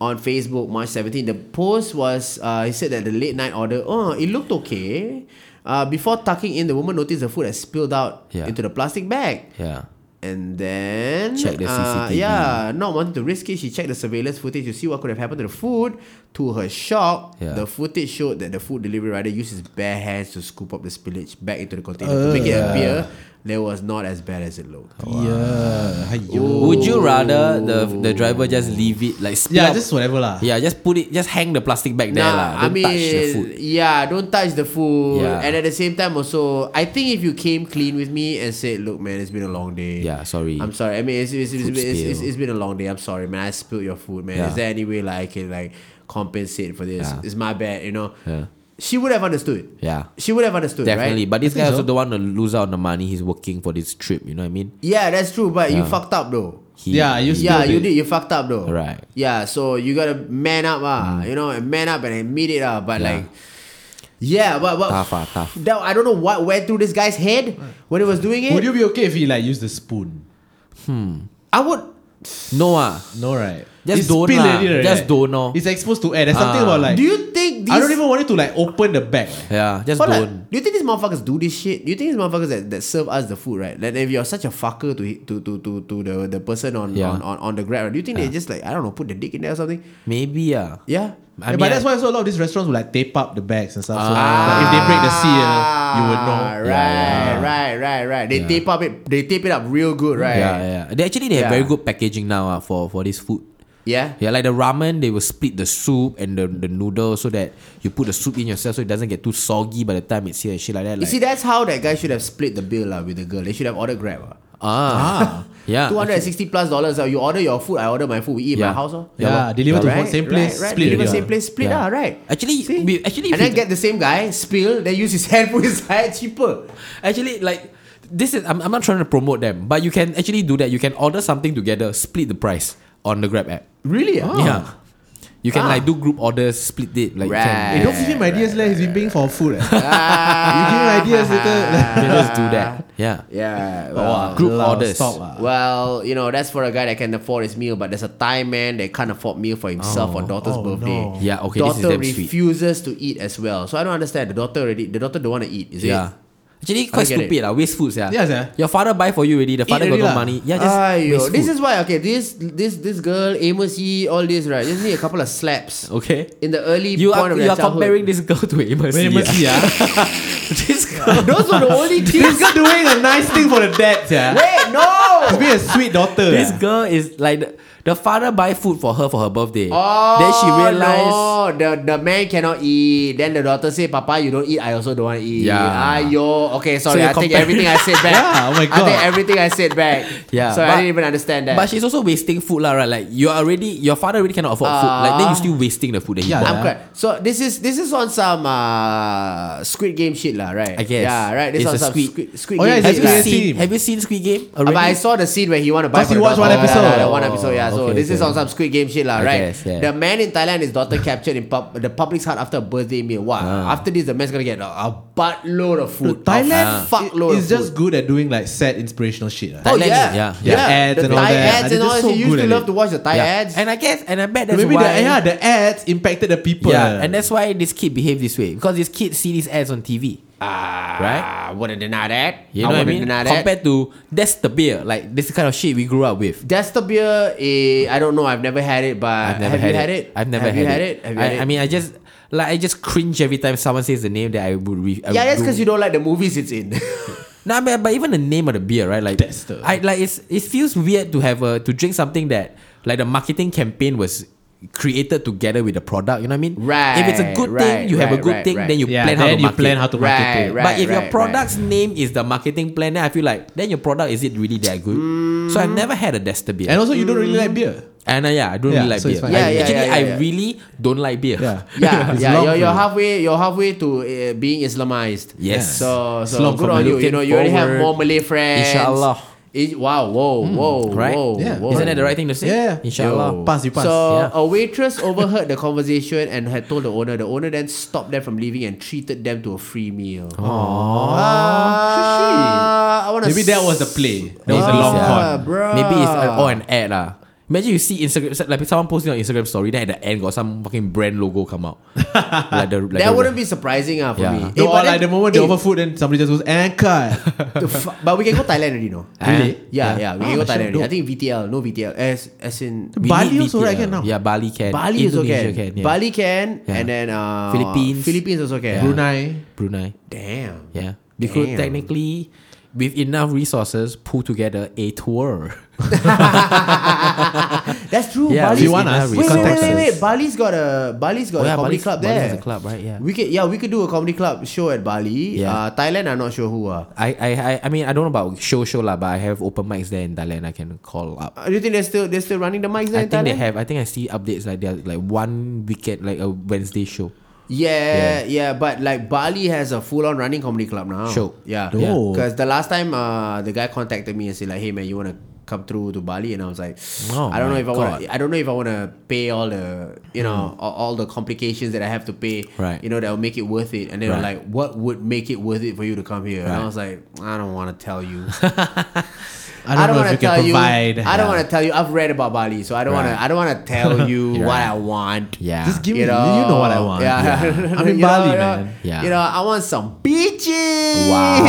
on Facebook March 17. The post was uh, he said that the late night order, oh, it looked okay. Uh, before tucking in, the woman noticed the food had spilled out
Yeah.
into the plastic bag.
Yeah.
And then
Check the
uh,
CCTV.
yeah, not wanting to risk it, she checked the surveillance footage to see what could have happened to the food. To her shock,
Yeah.
the footage showed that the food delivery rider used his bare hands to scoop up the spillage back into the container to
Oh,
make it appear that was not as bad as it looked.
Yeah. Aiyo.
Would you rather the the driver just leave it like spill
Yeah,
out-
just whatever lah.
yeah, just put it, just hang the plastic bag there
Nah,
lah.
I
Don't
mean,
touch the food.
yeah, don't touch the food.
Yeah.
And at the same time, also, I think if you came clean with me and said, "Look, man, it's been a long day."
Yeah, sorry.
I'm sorry. I mean, it's it's, it's,
Food
it's, it's,
spill.
it's been a long day. I'm sorry, man. I spilled your food, man.
Yeah.
Is there any way like I can like compensate for this?
Yeah.
It's my bad, you know.
Yeah.
She would have understood.
Yeah.
She would have understood,
Definitely.
right?
But this
I think
guy also
so.
don't want to lose out on the money he's working for this trip, you know what I mean?
Yeah, that's true. But you fucked up though.
He,
Yeah, you
Yeah,
spilled
you
it.
did. You fucked up though.
Right. Mm.
Yeah, so you gotta man up, ah. You know, and man up and admit it, ah. But
Yeah.
like, yeah, but but
Tough, ah, tough.
That, I don't know what went through this guy's head when he was doing it.
Would you be okay if he like used the spoon?
I would.
No ah.
No, right?
Just
It's
don't
spilled
lah.
already, right?
Just don't, Ah. oh.
It's exposed to air. There's something about like.
Do you think? These,
I don't even want it to like open the bag.
Yeah, just
Hold on.
don't.
do you think these motherfuckers do this shit? Do you think these motherfuckers that, that serve us the food, right? Like if you're such a fucker to to to to, to the, the person on,
Yeah.
on, on on the grab, right? do you think they just like I don't know, put the dick in there or something?
Maybe ah.
Yeah.
I
Yeah,
mean,
but that's
I-
why also a lot of these restaurants will like tape up the bags and stuff. so like, if they break the seal, you would know.
Ah, Right, right, right, right. They tape up it. They tape it up real good, right?
Yeah, yeah. They actually they have
Yeah.
very good packaging now ah, for for this food.
Yeah?
Yeah, like the ramen, they will split the soup and the, the noodle so that you put the soup in yourself so it doesn't get too soggy by the time it's here and shit like that.
You
Like,
see, that's how that guy should have split the bill lah with the girl. They should have ordered grab. ah.
ah, yeah.
Two hundred and sixty plus dollars. ah. You order your food, I order my food. We eat
Yeah.
my house. Oh.
Yeah,
Yeah, deliver to
Right,
same place,
right, right.
split
Deliver
already,
same
ah.
place, split.
Yeah.
Ah, right.
Actually, we- actually, if
and then
you-
get the same guy spill, then use his hand put his hand cheaper.
Actually, like this is I'm, I'm not trying to promote them, but you can actually do that. You can order something together, split the price on the Grab app.
Really? ah?
Yeah. You can
Ah.
like do group orders, split it. Like
Eh,
you can
don't give him ideas, lah. He's been paying for food. eh. you give him ideas later.
you can just do
Ah.
that. Yeah.
Yeah.
Oh,
Well,
ah,
group
lah,
orders.
Stop, ah.
well, you know that's for a guy that can afford his meal, but there's a Thai man that can't afford meal for himself on daughter's
oh,
birthday.
no.
Yeah, okay, this is
daughter
damn sweet.
refuses to eat as well, so I don't understand. The daughter already, the daughter don't want to eat. Is
Yeah.
it?
Actually, quite
get it.
stupid lah. Waste foods, yeah.
Yeah, sia.
Your father buy for you already. The father got
already
no
lah.
money. Yeah, just
Aiyo,
waste
this
food.
is why okay. This this this girl Amos Yee, all this right. Just need a couple of slaps
okay.
in the early
You
point of
are you
their
are comparing
childhood.
this girl to Amos.
Very
Yee,
messy,
ah.
ah.
this girl.
Those were the only
He's
kids.
doing a nice thing for the dad, yeah.
Wait, no.
He's being a sweet daughter.
This
yeah.
girl is like the, the father buy food for her for her birthday.
Oh,
then she realized
no, the the man cannot eat. Then the daughter say, "Papa, you don't eat. I also don't want to eat."
Yeah.
Ayo. Okay, sorry. I
you're
take
comparing-
everything I said back.
Yeah, oh my
I take
God.
everything I said back.
Yeah,
Sorry, I
but-
didn't even understand that.
But she's also wasting food lah, right? Like you are already your father already cannot afford food. Like then you
Ah.
still wasting the food that he
Yeah,
bought.
I'm correct. So this is this is on some uh, Squid Game shit lah, right?
I guess.
Yeah, right. This
It's
on
a
some
Squid-
Squid, squid
Oh,
Game.
yeah, it's
Have
a
shit
you
lah.
Squid Game.
seen Have you seen Squid Game
Uh,
already?
But I saw the scene where he want to buy
Cause
for
you
the
watch
daughter.
one episode.
Yeah, yeah, yeah, one episode, yeah. So
Okay,
this is
okay.
on some Squid Game shit, lah,
I
right?
guess, yeah.
The man in Thailand, his daughter captured in pub- the public's heart after a birthday meal. Wow.
Ah.
After this, the man's gonna get a, a buttload of food. Ah.
Thailand
a fuckload
is
of
just
food.
good at doing like sad inspirational shit. ah.
Oh
Thailand
yeah,
is- yeah,
yeah. Ads
the
and all
Thai
that.
ads
They're
and all.
just so
that. you used to
good at
love
it.
to watch the Thai
Yeah.
ads.
And I guess and I bet that's
Maybe the,
why
yeah, the ads impacted the people. eh.
Yeah, and that's why this kid behave this way because this kid see these ads on TV. right?
Ah, I wouldn't deny that.
You
I
know what I
wouldn't
mean?
deny that.
Compared to that's the beer, like this is the kind of shit we grew up with.
That's the beer. Eh, I don't know. I've never had it, but
I've never
have
had,
you had
it.
it?
I've never
have
had,
you had
it.
Have you
I,
had it?
I mean, I just like I just cringe every time someone says the name that I would. Re- I
yeah,
would
that's because
do.
you don't like the movies it's in.
Nah, but, but even the name of the beer, right? Like
That's the-
I like it's it feels weird to have a to drink something that like the marketing campaign was created together with the product. You know what I mean?
Right,
If it's a good
right,
thing, you have
right,
a good
right,
thing,
right.
then you
Yeah,
plan how
then
to
you
market.
plan how to market
Right,
it.
right.
but if your product's
right.
name is the marketing plan, then I feel like then your product is it really that good? So
Mm.
I've never had a Dester beer.
And also, you don't really like beer.
And uh, yeah, I don't
Yeah,
really like
so it's
beer.
fine.
I-
Yeah, yeah,
actually,
yeah, yeah,
I
yeah.
really don't like beer.
Yeah.
Yeah,
It's
yeah,
long
you're,
for
you're
you.
halfway, you're halfway to uh, being Islamized.
Yes.
So,
It's
so
long
good on
for
you.
me.
You know, you already have
Looking
more
forward.
Malay friends.
Inshallah.
It- wow, whoa, whoa,
Right?
whoa,
Hmm, Yeah.
whoa.
Isn't that the right thing to say?
Yeah.
Inshallah.
Yo. Pass, you pass.
So
Yeah.
a waitress overheard the conversation and had told the owner. The owner then stopped them from leaving and treated them to a free meal. Ah, I wanna
Maybe that was the
s-
play. That was a
Maybe
long
it's,
con.
uh,
Bruh.
Maybe it's uh, or an ad lah. Imagine you see Instagram like someone posting on Instagram story, then at the end got some fucking brand logo come out. like the, like
That
the-
wouldn't be surprising ah for
Yeah.
me. Eh,
No,
No,
but
or like the
then-
moment they
eh,
over food, then somebody just goes and cut.
the fu- but we can go Thailand already, no?
Ah. Really?
Yeah, yeah, we
Ah,
can go
but
Thailand
sure,
already. I think VTL, no VTL, as as in
We
Bali
need
also
VTL.
right can now?
Yeah, Bali can.
Bali also
Indonesia
can.
yeah.
Bali can,
Yeah.
and then uh,
Philippines.
Philippines also can.
Brunei.
Brunei.
Damn.
Yeah. We could
Damn.
technically with enough resources pull together a tour.
That's true.
Yeah,
Bali's
if you want us,
wait, wait, wait,
contact
wait,
us.
wait. Bali's got a Bali's got
Oh, yeah,
a comedy
Bali's-
club
Bali
there.
has a club, right? Yeah.
We could yeah, we could do a comedy club show at Bali.
Yeah.
Uh, Thailand, I'm not sure who uh. are.
I, I I I mean I don't know about show show lah, but I have open mics there in Thailand. I can call up.
Uh, do you think they're still they're still running the mics there in
I think
Thailand?
they have. I think I see updates like they're like one weekend, like a Wednesday show.
Yeah, yeah, but like Bali has a full on running comedy club now.
Sure.
Yeah.
Yeah.
Oh.
Because the last time uh the guy contacted me and said like, hey man, you wanna come through to Bali? And I was like,
Oh
I don't know
my
if I wanna I don't know if I wanna pay all the you know, all, all the complications that I have to pay.
Mm. Right.
You know, that'll make it worth it. And they were
Right.
like, What would make it worth it for you to come here? And I
Right.
was like, I don't wanna tell you.
I don't, know if
wanna
we can
tell you-
provide.
I don't wanna tell you. I've read about Bali, so I don't wanna
Right.
I don't wanna tell you what
Right.
I want.
Yeah.
Just give me. You know, what I want.
Yeah.
I'm in
You know,
Bali,
you know,
man.
Yeah.
You know, I want some beaches.
Wow.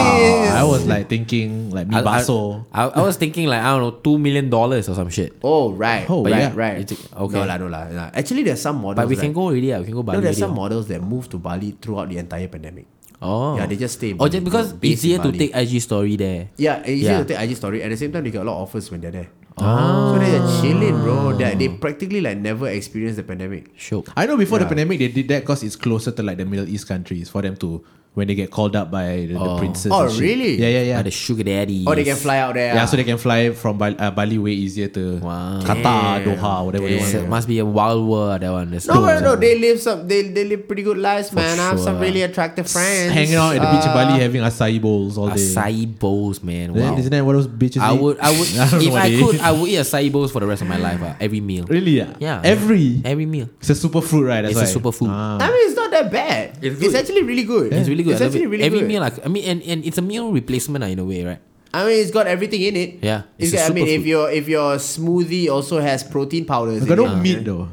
Ah, I was like thinking like
I, I,
Mibaso.
I, I was thinking like I don't know two million dollars or some shit.
Oh right.
Oh,
right,
yeah.
right.
It's- okay.
No lah, no lah. nah. Actually, there's some models.
But we can
right?
go already. Yeah, we can go Bali.
No, there's
already.
some models that moved to Bali throughout the entire pandemic.
Oh.
Yeah, they just stay in
Oh,
Bali,
just because
based in
easier to
Bali.
take IG story there.
Yeah, it's easier
Yeah.
to take IG story. At the same time, they get a lot of offers when they're there. Oh. So they're chilling, bro. They, they practically like never experienced the pandemic.
Sure.
I know before
Yeah.
the pandemic they did that because it's closer to like the Middle East countries for them to when they get called up by the, the princes.
Oh,
and shit.
really?
Yeah, yeah,
Yeah.
yeah.
the sugar daddy.
Or Oh, they can fly out there.
Yeah, so they can fly from Bali, uh, Bali way easier to
Wow.
Qatar, Doha, whatever you
It's,
want.
it must be a wild world that one. There's
No, no, no.
tons of-
They live some. They, they live pretty good lives, man. I have some
ah. sure.
really attractive friends. uh,
Hanging out at the beach in Bali, having acai bowls all day.
acai bowls, man.
Then
Wow.
Isn't that what those bitches?
I
eat?
would, I would,
don't know
if
what
I
they
could,
eat.
I would eat acai bowls for the rest of my life. Uh, every meal.
Really? Yeah.
Yeah.
Every.
Every meal.
It's a super fruit, right? That's
It's a
why.
superfood.
Ah.
I mean, it's not that bad.
It's
It's,
good.
actually really good.
It's really good.
It's
I love
actually
it.
really
Every
good.
meal, like, I mean, and, and it's a meal replacement uh, in a way, right?
I mean, it's got everything in it.
Yeah,
It's
it's a
got, I mean, if
superfood.
your if your smoothie also has protein powders,
We
in
got
it,
no meat though.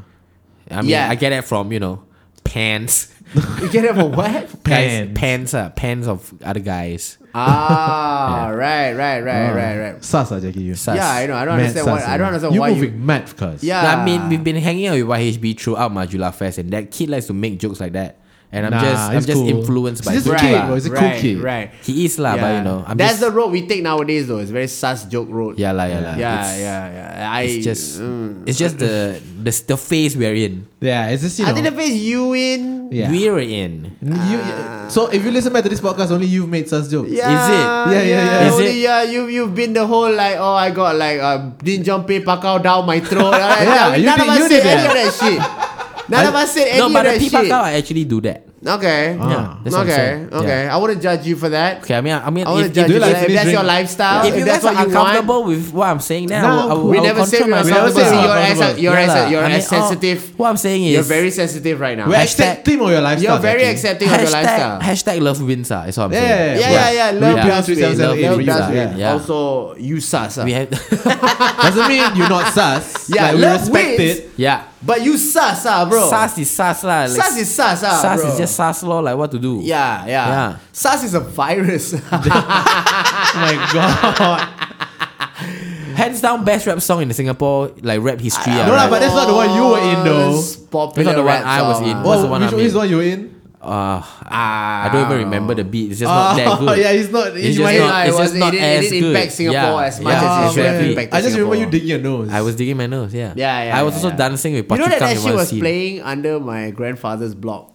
I mean,
Yeah.
I get it from you know pants,
you can have a what?
guys,
Pants.
pants, uh, pants of other guys.
ah, right, right, right,
Ah.
right, right.
Sus aja give ah, you.
Sus.
Yeah, I know. I don't
Mad
understand why.
sus,
I don't
yeah.
understand
you
why
moving
you.
mad because
Yeah,
I mean, we've been hanging out with YHB throughout Majula Fest, and that kid likes to make jokes like that, and I'm
Nah,
just, I'm
it's
just
cool.
influenced
It's
by
just
him
a
right,
kid,
lah.
bro. It's a cool
right,
kid.
Right.
He is lah, Ah, but
Yeah.
you know, I'm
that's
just,
the road we take nowadays, though. It's very sus joke road.
Yeah lah, yeah lah.
yeah,
It's-
yeah, yeah. I
it's just,
mm.
it's just the, the the phase we're in.
Yeah, it's just you
I
know.
think the face you in.
yeah.
We're in.
You- so if you listen back to this podcast, only you've made sus jokes.
Yeah,
Is it?
Yeah, yeah, yeah.
Is
Only,
it?
yeah, you you've been the whole like, oh, I got like uh, didn't jump pay pakao down my throat.
Yeah, you
none
did-
of us
you
said
did
any
that.
of that shit. None of us said any
no, but the
of
people
that
I actually do that.
shit. Okay,
Yeah, that's what I'm
okay,
saying.
okay. I wouldn't judge you for that.
Okay, I mean, I mean,
I wouldn't
if,
judge
do
you.
you
for
like
that. if
finish
that's your
drink-
lifestyle,
if you
that's
guys
what
are
you want,
uncomfortable with what I'm saying, then
Nah,
I will, I will,
we
I will
never said
control
we are
myself.
uncomfortable.
myself.
See, You're
We never said we
as you're
are
as
Yeah lah.
you're
I mean,
as
oh,
sensitive.
What I'm saying is,
You're very sensitive right now.
We're accepting of your lifestyle.
You're very
Jackie.
accepting of your
hashtag,
lifestyle.
hashtag love wins. Ah, is what I'm
Yeah,
saying.
Yeah, yeah, yeah. Love
Yeah.
does win.
Love
Love
does
does
win.
win.
Yeah.
Also, you sus. ah.
We have,
Doesn't mean you're not sus.
Yeah,
like, we
love
respect
wins.
it.
yeah.
But you sus, ah, bro.
Sas is sas lah. Like,
Sas is sas, ah,
Sas
bro.
is just sas law. Like what to do?
Yeah, yeah.
Yeah.
SARS is a virus.
Oh my god.
Hands down, best rap song in Singapore like rap history. ah,
no lah,
right?
but that's not the one you were in though.
Popular
That's not the one
rap
I was
song,
in.
ah.
What's the one
Oh, which
I'm
one is
in?
the one you were in?
uh, I don't even remember the beat. It's just not that
Oh,
good.
yeah, it's not.
It's
It's
just
my
not-
it
it's just
was-
not
it didn't- it
as
didn't
good.
impact Singapore
Yeah,
as much
yeah.
as it should have
man.
impacted
Oh, I just remember
Singapore.
you digging your nose.
I was digging my nose. Yeah,
Yeah, yeah,
I was
yeah,
also
yeah.
dancing with
You know that
Pakikang
that
in
shit
one
was
scene.
playing under my grandfather's block.
oh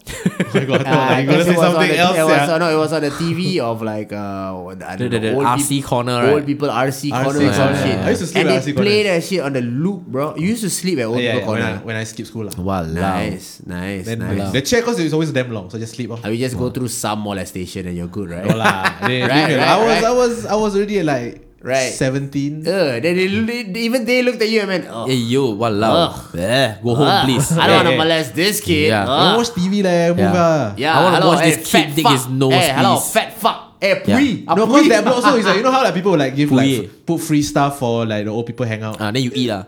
my god,
Ah,
I'm gonna
because
say
it was on
something
the-
else.
It was,
yeah.
on- no, it was on the TV of like uh, what- I
The-
don't
the-
know,
the
old
RC
peop-
corner,
Old
right?
people RC
RC
corner or some
corner.
shit.
I used to sleep
and
at
they
RC
play
corners.
that shit on the loop, bro. You used to sleep at old
yeah,
people corner.
yeah, when, I, when I skip school. lah.
wow, nice, nice,
Then
nice.
the chair cause it's always damn long, so I just sleep. off.
I will just go through some molestation and you're good, right?
No lah. They-
Right,
they-
right,
I was
right.
I was I was already at like
Right.
seventeen.
Ugh, then they, they, even they looked at you and went, oh,
Hey yo,
Ugh.
walao. Eh, go home,
ah,
please.
I don't want to
Yeah.
molest this kid.
Yeah.
Don't
Ah.
watch TV lah, move
Yeah.
ah.
Yeah,
I wanna
hello,
watch
hey,
this kid
fat
dig
fuck.
his nose,
Hey, hello,
please.
fat fuck. Hey, pui.
No,
Ah, pui.
cause that block also is like you know how like people would like give
Pui.
like f- put free stuff for like the old people hang out.
Ah, then you eat lah.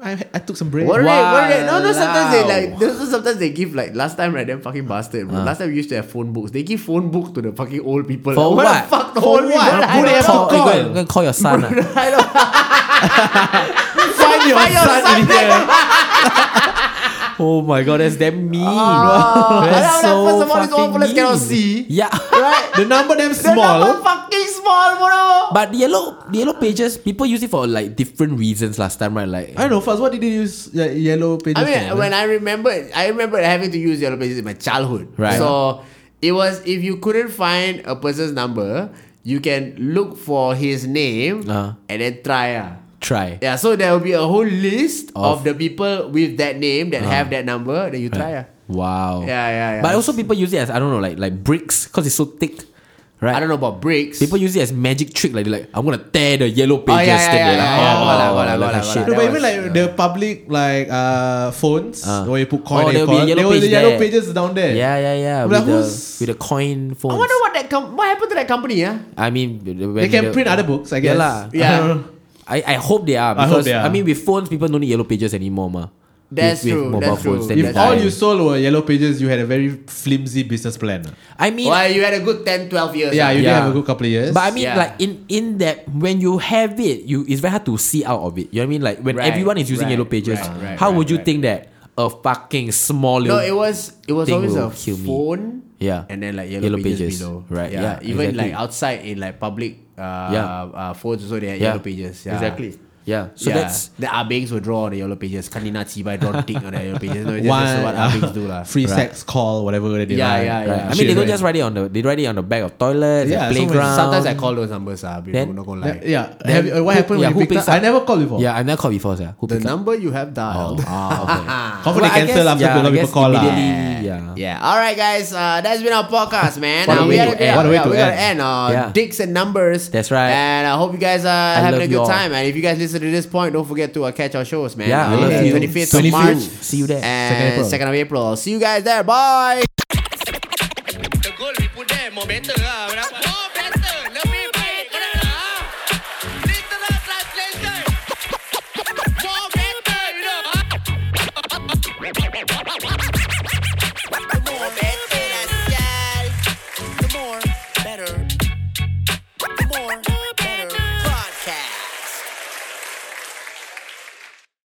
I, I took some break.
What are they? What are they? No, no. Sometimes they
Walao.
like. no, no, sometimes they give like last time right. Them fucking bastard. Bro.
Uh.
Last time we used to have phone books. They give phone book to the fucking old people.
For
like,
what?
The fuck the
For
old
what?
people?
Who
I don't
they have to
know.
Call, eh, go,
call.
and, go and call your son. ah.
I don't know.
Find your
Find your son
son in here.
Oh my god, that's damn mean.
I
that's
don't know, Ah. first
so
of all, these old
fucking
fellas
mean.
cannot see.
Yeah.
Right?
The number them
The number
small.
fucking small, bro.
But the yellow, the yellow pages, people use it for like different reasons last time, right? Like,
I don't know. First, what did they use like, yellow
I
pages
mean,
for?
when I remember, I remember having to use yellow pages in my childhood.
Right.
So it was if you couldn't find a person's number, you can look for his name
Uh-huh.
and then try. ah.
try.
Yeah, so there will be a whole list of,
Of-
the people with that name that have that number. Then you try. ah.
Wow.
Yeah, yeah, yeah.
But also people use it as I don't know, like like bricks because it's so thick, right?
I don't know about bricks.
People use it as magic trick, like they're like I'm gonna tear the yellow
Oh, yeah,
pages.
yeah,
then
yeah, yeah,
they're like,
yeah,
oh,
wallah,
like
wallah,
that
wallah,
shit.
wallah.
No, but
That
even
was-
like the public like uh phones
Ah.
where you put coin
Oh,
and
there'll be
coin,
yellow
there was the
page
yellow
there.
pages down there.
Yeah, yeah, yeah.
I'm
With,
like,
the,
who's-
with the coin phones.
I wonder what that com- what happened to that company, ah? yeah?
I mean,
They can print other books, I guess.
Yeah, lah.
Yeah.
I, I hope they are
I
because I,
hope they are.
mean with phones people don't need yellow pages anymore, ma.
That's
with,
true,
With mobile
that's
phones,
true.
then
If
they
all
die.
you sold were yellow pages, you had a very flimsy business plan.
I mean,
Well, you had a good 10, 12 years.
Yeah,
ah.
Yeah.
you did have a good couple of years.
But I mean,
Yeah.
like in in that when you have it, you it's very hard to see out of it. You know what I mean? Like when
Right,
everyone is using
right,
yellow pages,
right, right,
how
right,
would you
right.
think that a fucking small
No,
little
it was it was
thing
always
will
a
kill me.
phone.
Yeah.
And then like yellow,
Yellow
pages,
pages,
below.
right, yeah,
Even
exactly.
like outside in like public uh,
Yeah.
uh phones also they had
Yeah,
yellow pages. Yeah.
exactly. Yeah, so
yeah.
that's
the Abengs will draw on the yellow pages. Kanina Chibai drawn tick on the yellow pages. No, it's just, that's
one uh,
what Abengs do lah.
free sex call, whatever they did.
Yeah,
lah.
yeah, yeah.
right. I mean,
Shit,
they don't
right.
just write it on the they write it on the back of toilets,
Yeah,
yeah,
so when-
playground.
Sometimes I call those numbers ah, people
Then-
not gonna
Like,
lie.
yeah.
Then
Have you, what
who-
happened
yeah,
when
who
you picked
picks
up? I
up?
never called before.
yeah, I never called before. Yeah, who
The
picked up?
number you have dialed.
Ah, okay.
Confirm
Well,
they
I guess-
cancel after
yeah,
a lot
I
of people
guess
call ah. lah.
immediately, Yeah.
Yeah. All right, guys. Uh, that's been our podcast, man.
What
Uh,
a
we
way
gotta,
to
yeah,
end. What
a way
yeah,
to
we gotta end
end.
on
Yeah.
dicks and numbers.
That's right.
And I hope you guys are
I
having
love
a
you
good
all.
time. And if you guys listen to this point, don't forget to uh, catch our shows, man.
Yeah, I
Uh,
love you.
25th of
25th.
March.
See you there.
And
Second April.
2nd of April. See you guys there. Bye.
The goal we put there more better lah. More better, lebih baik kenapa? ah? Literal translation. More better, you know. ah?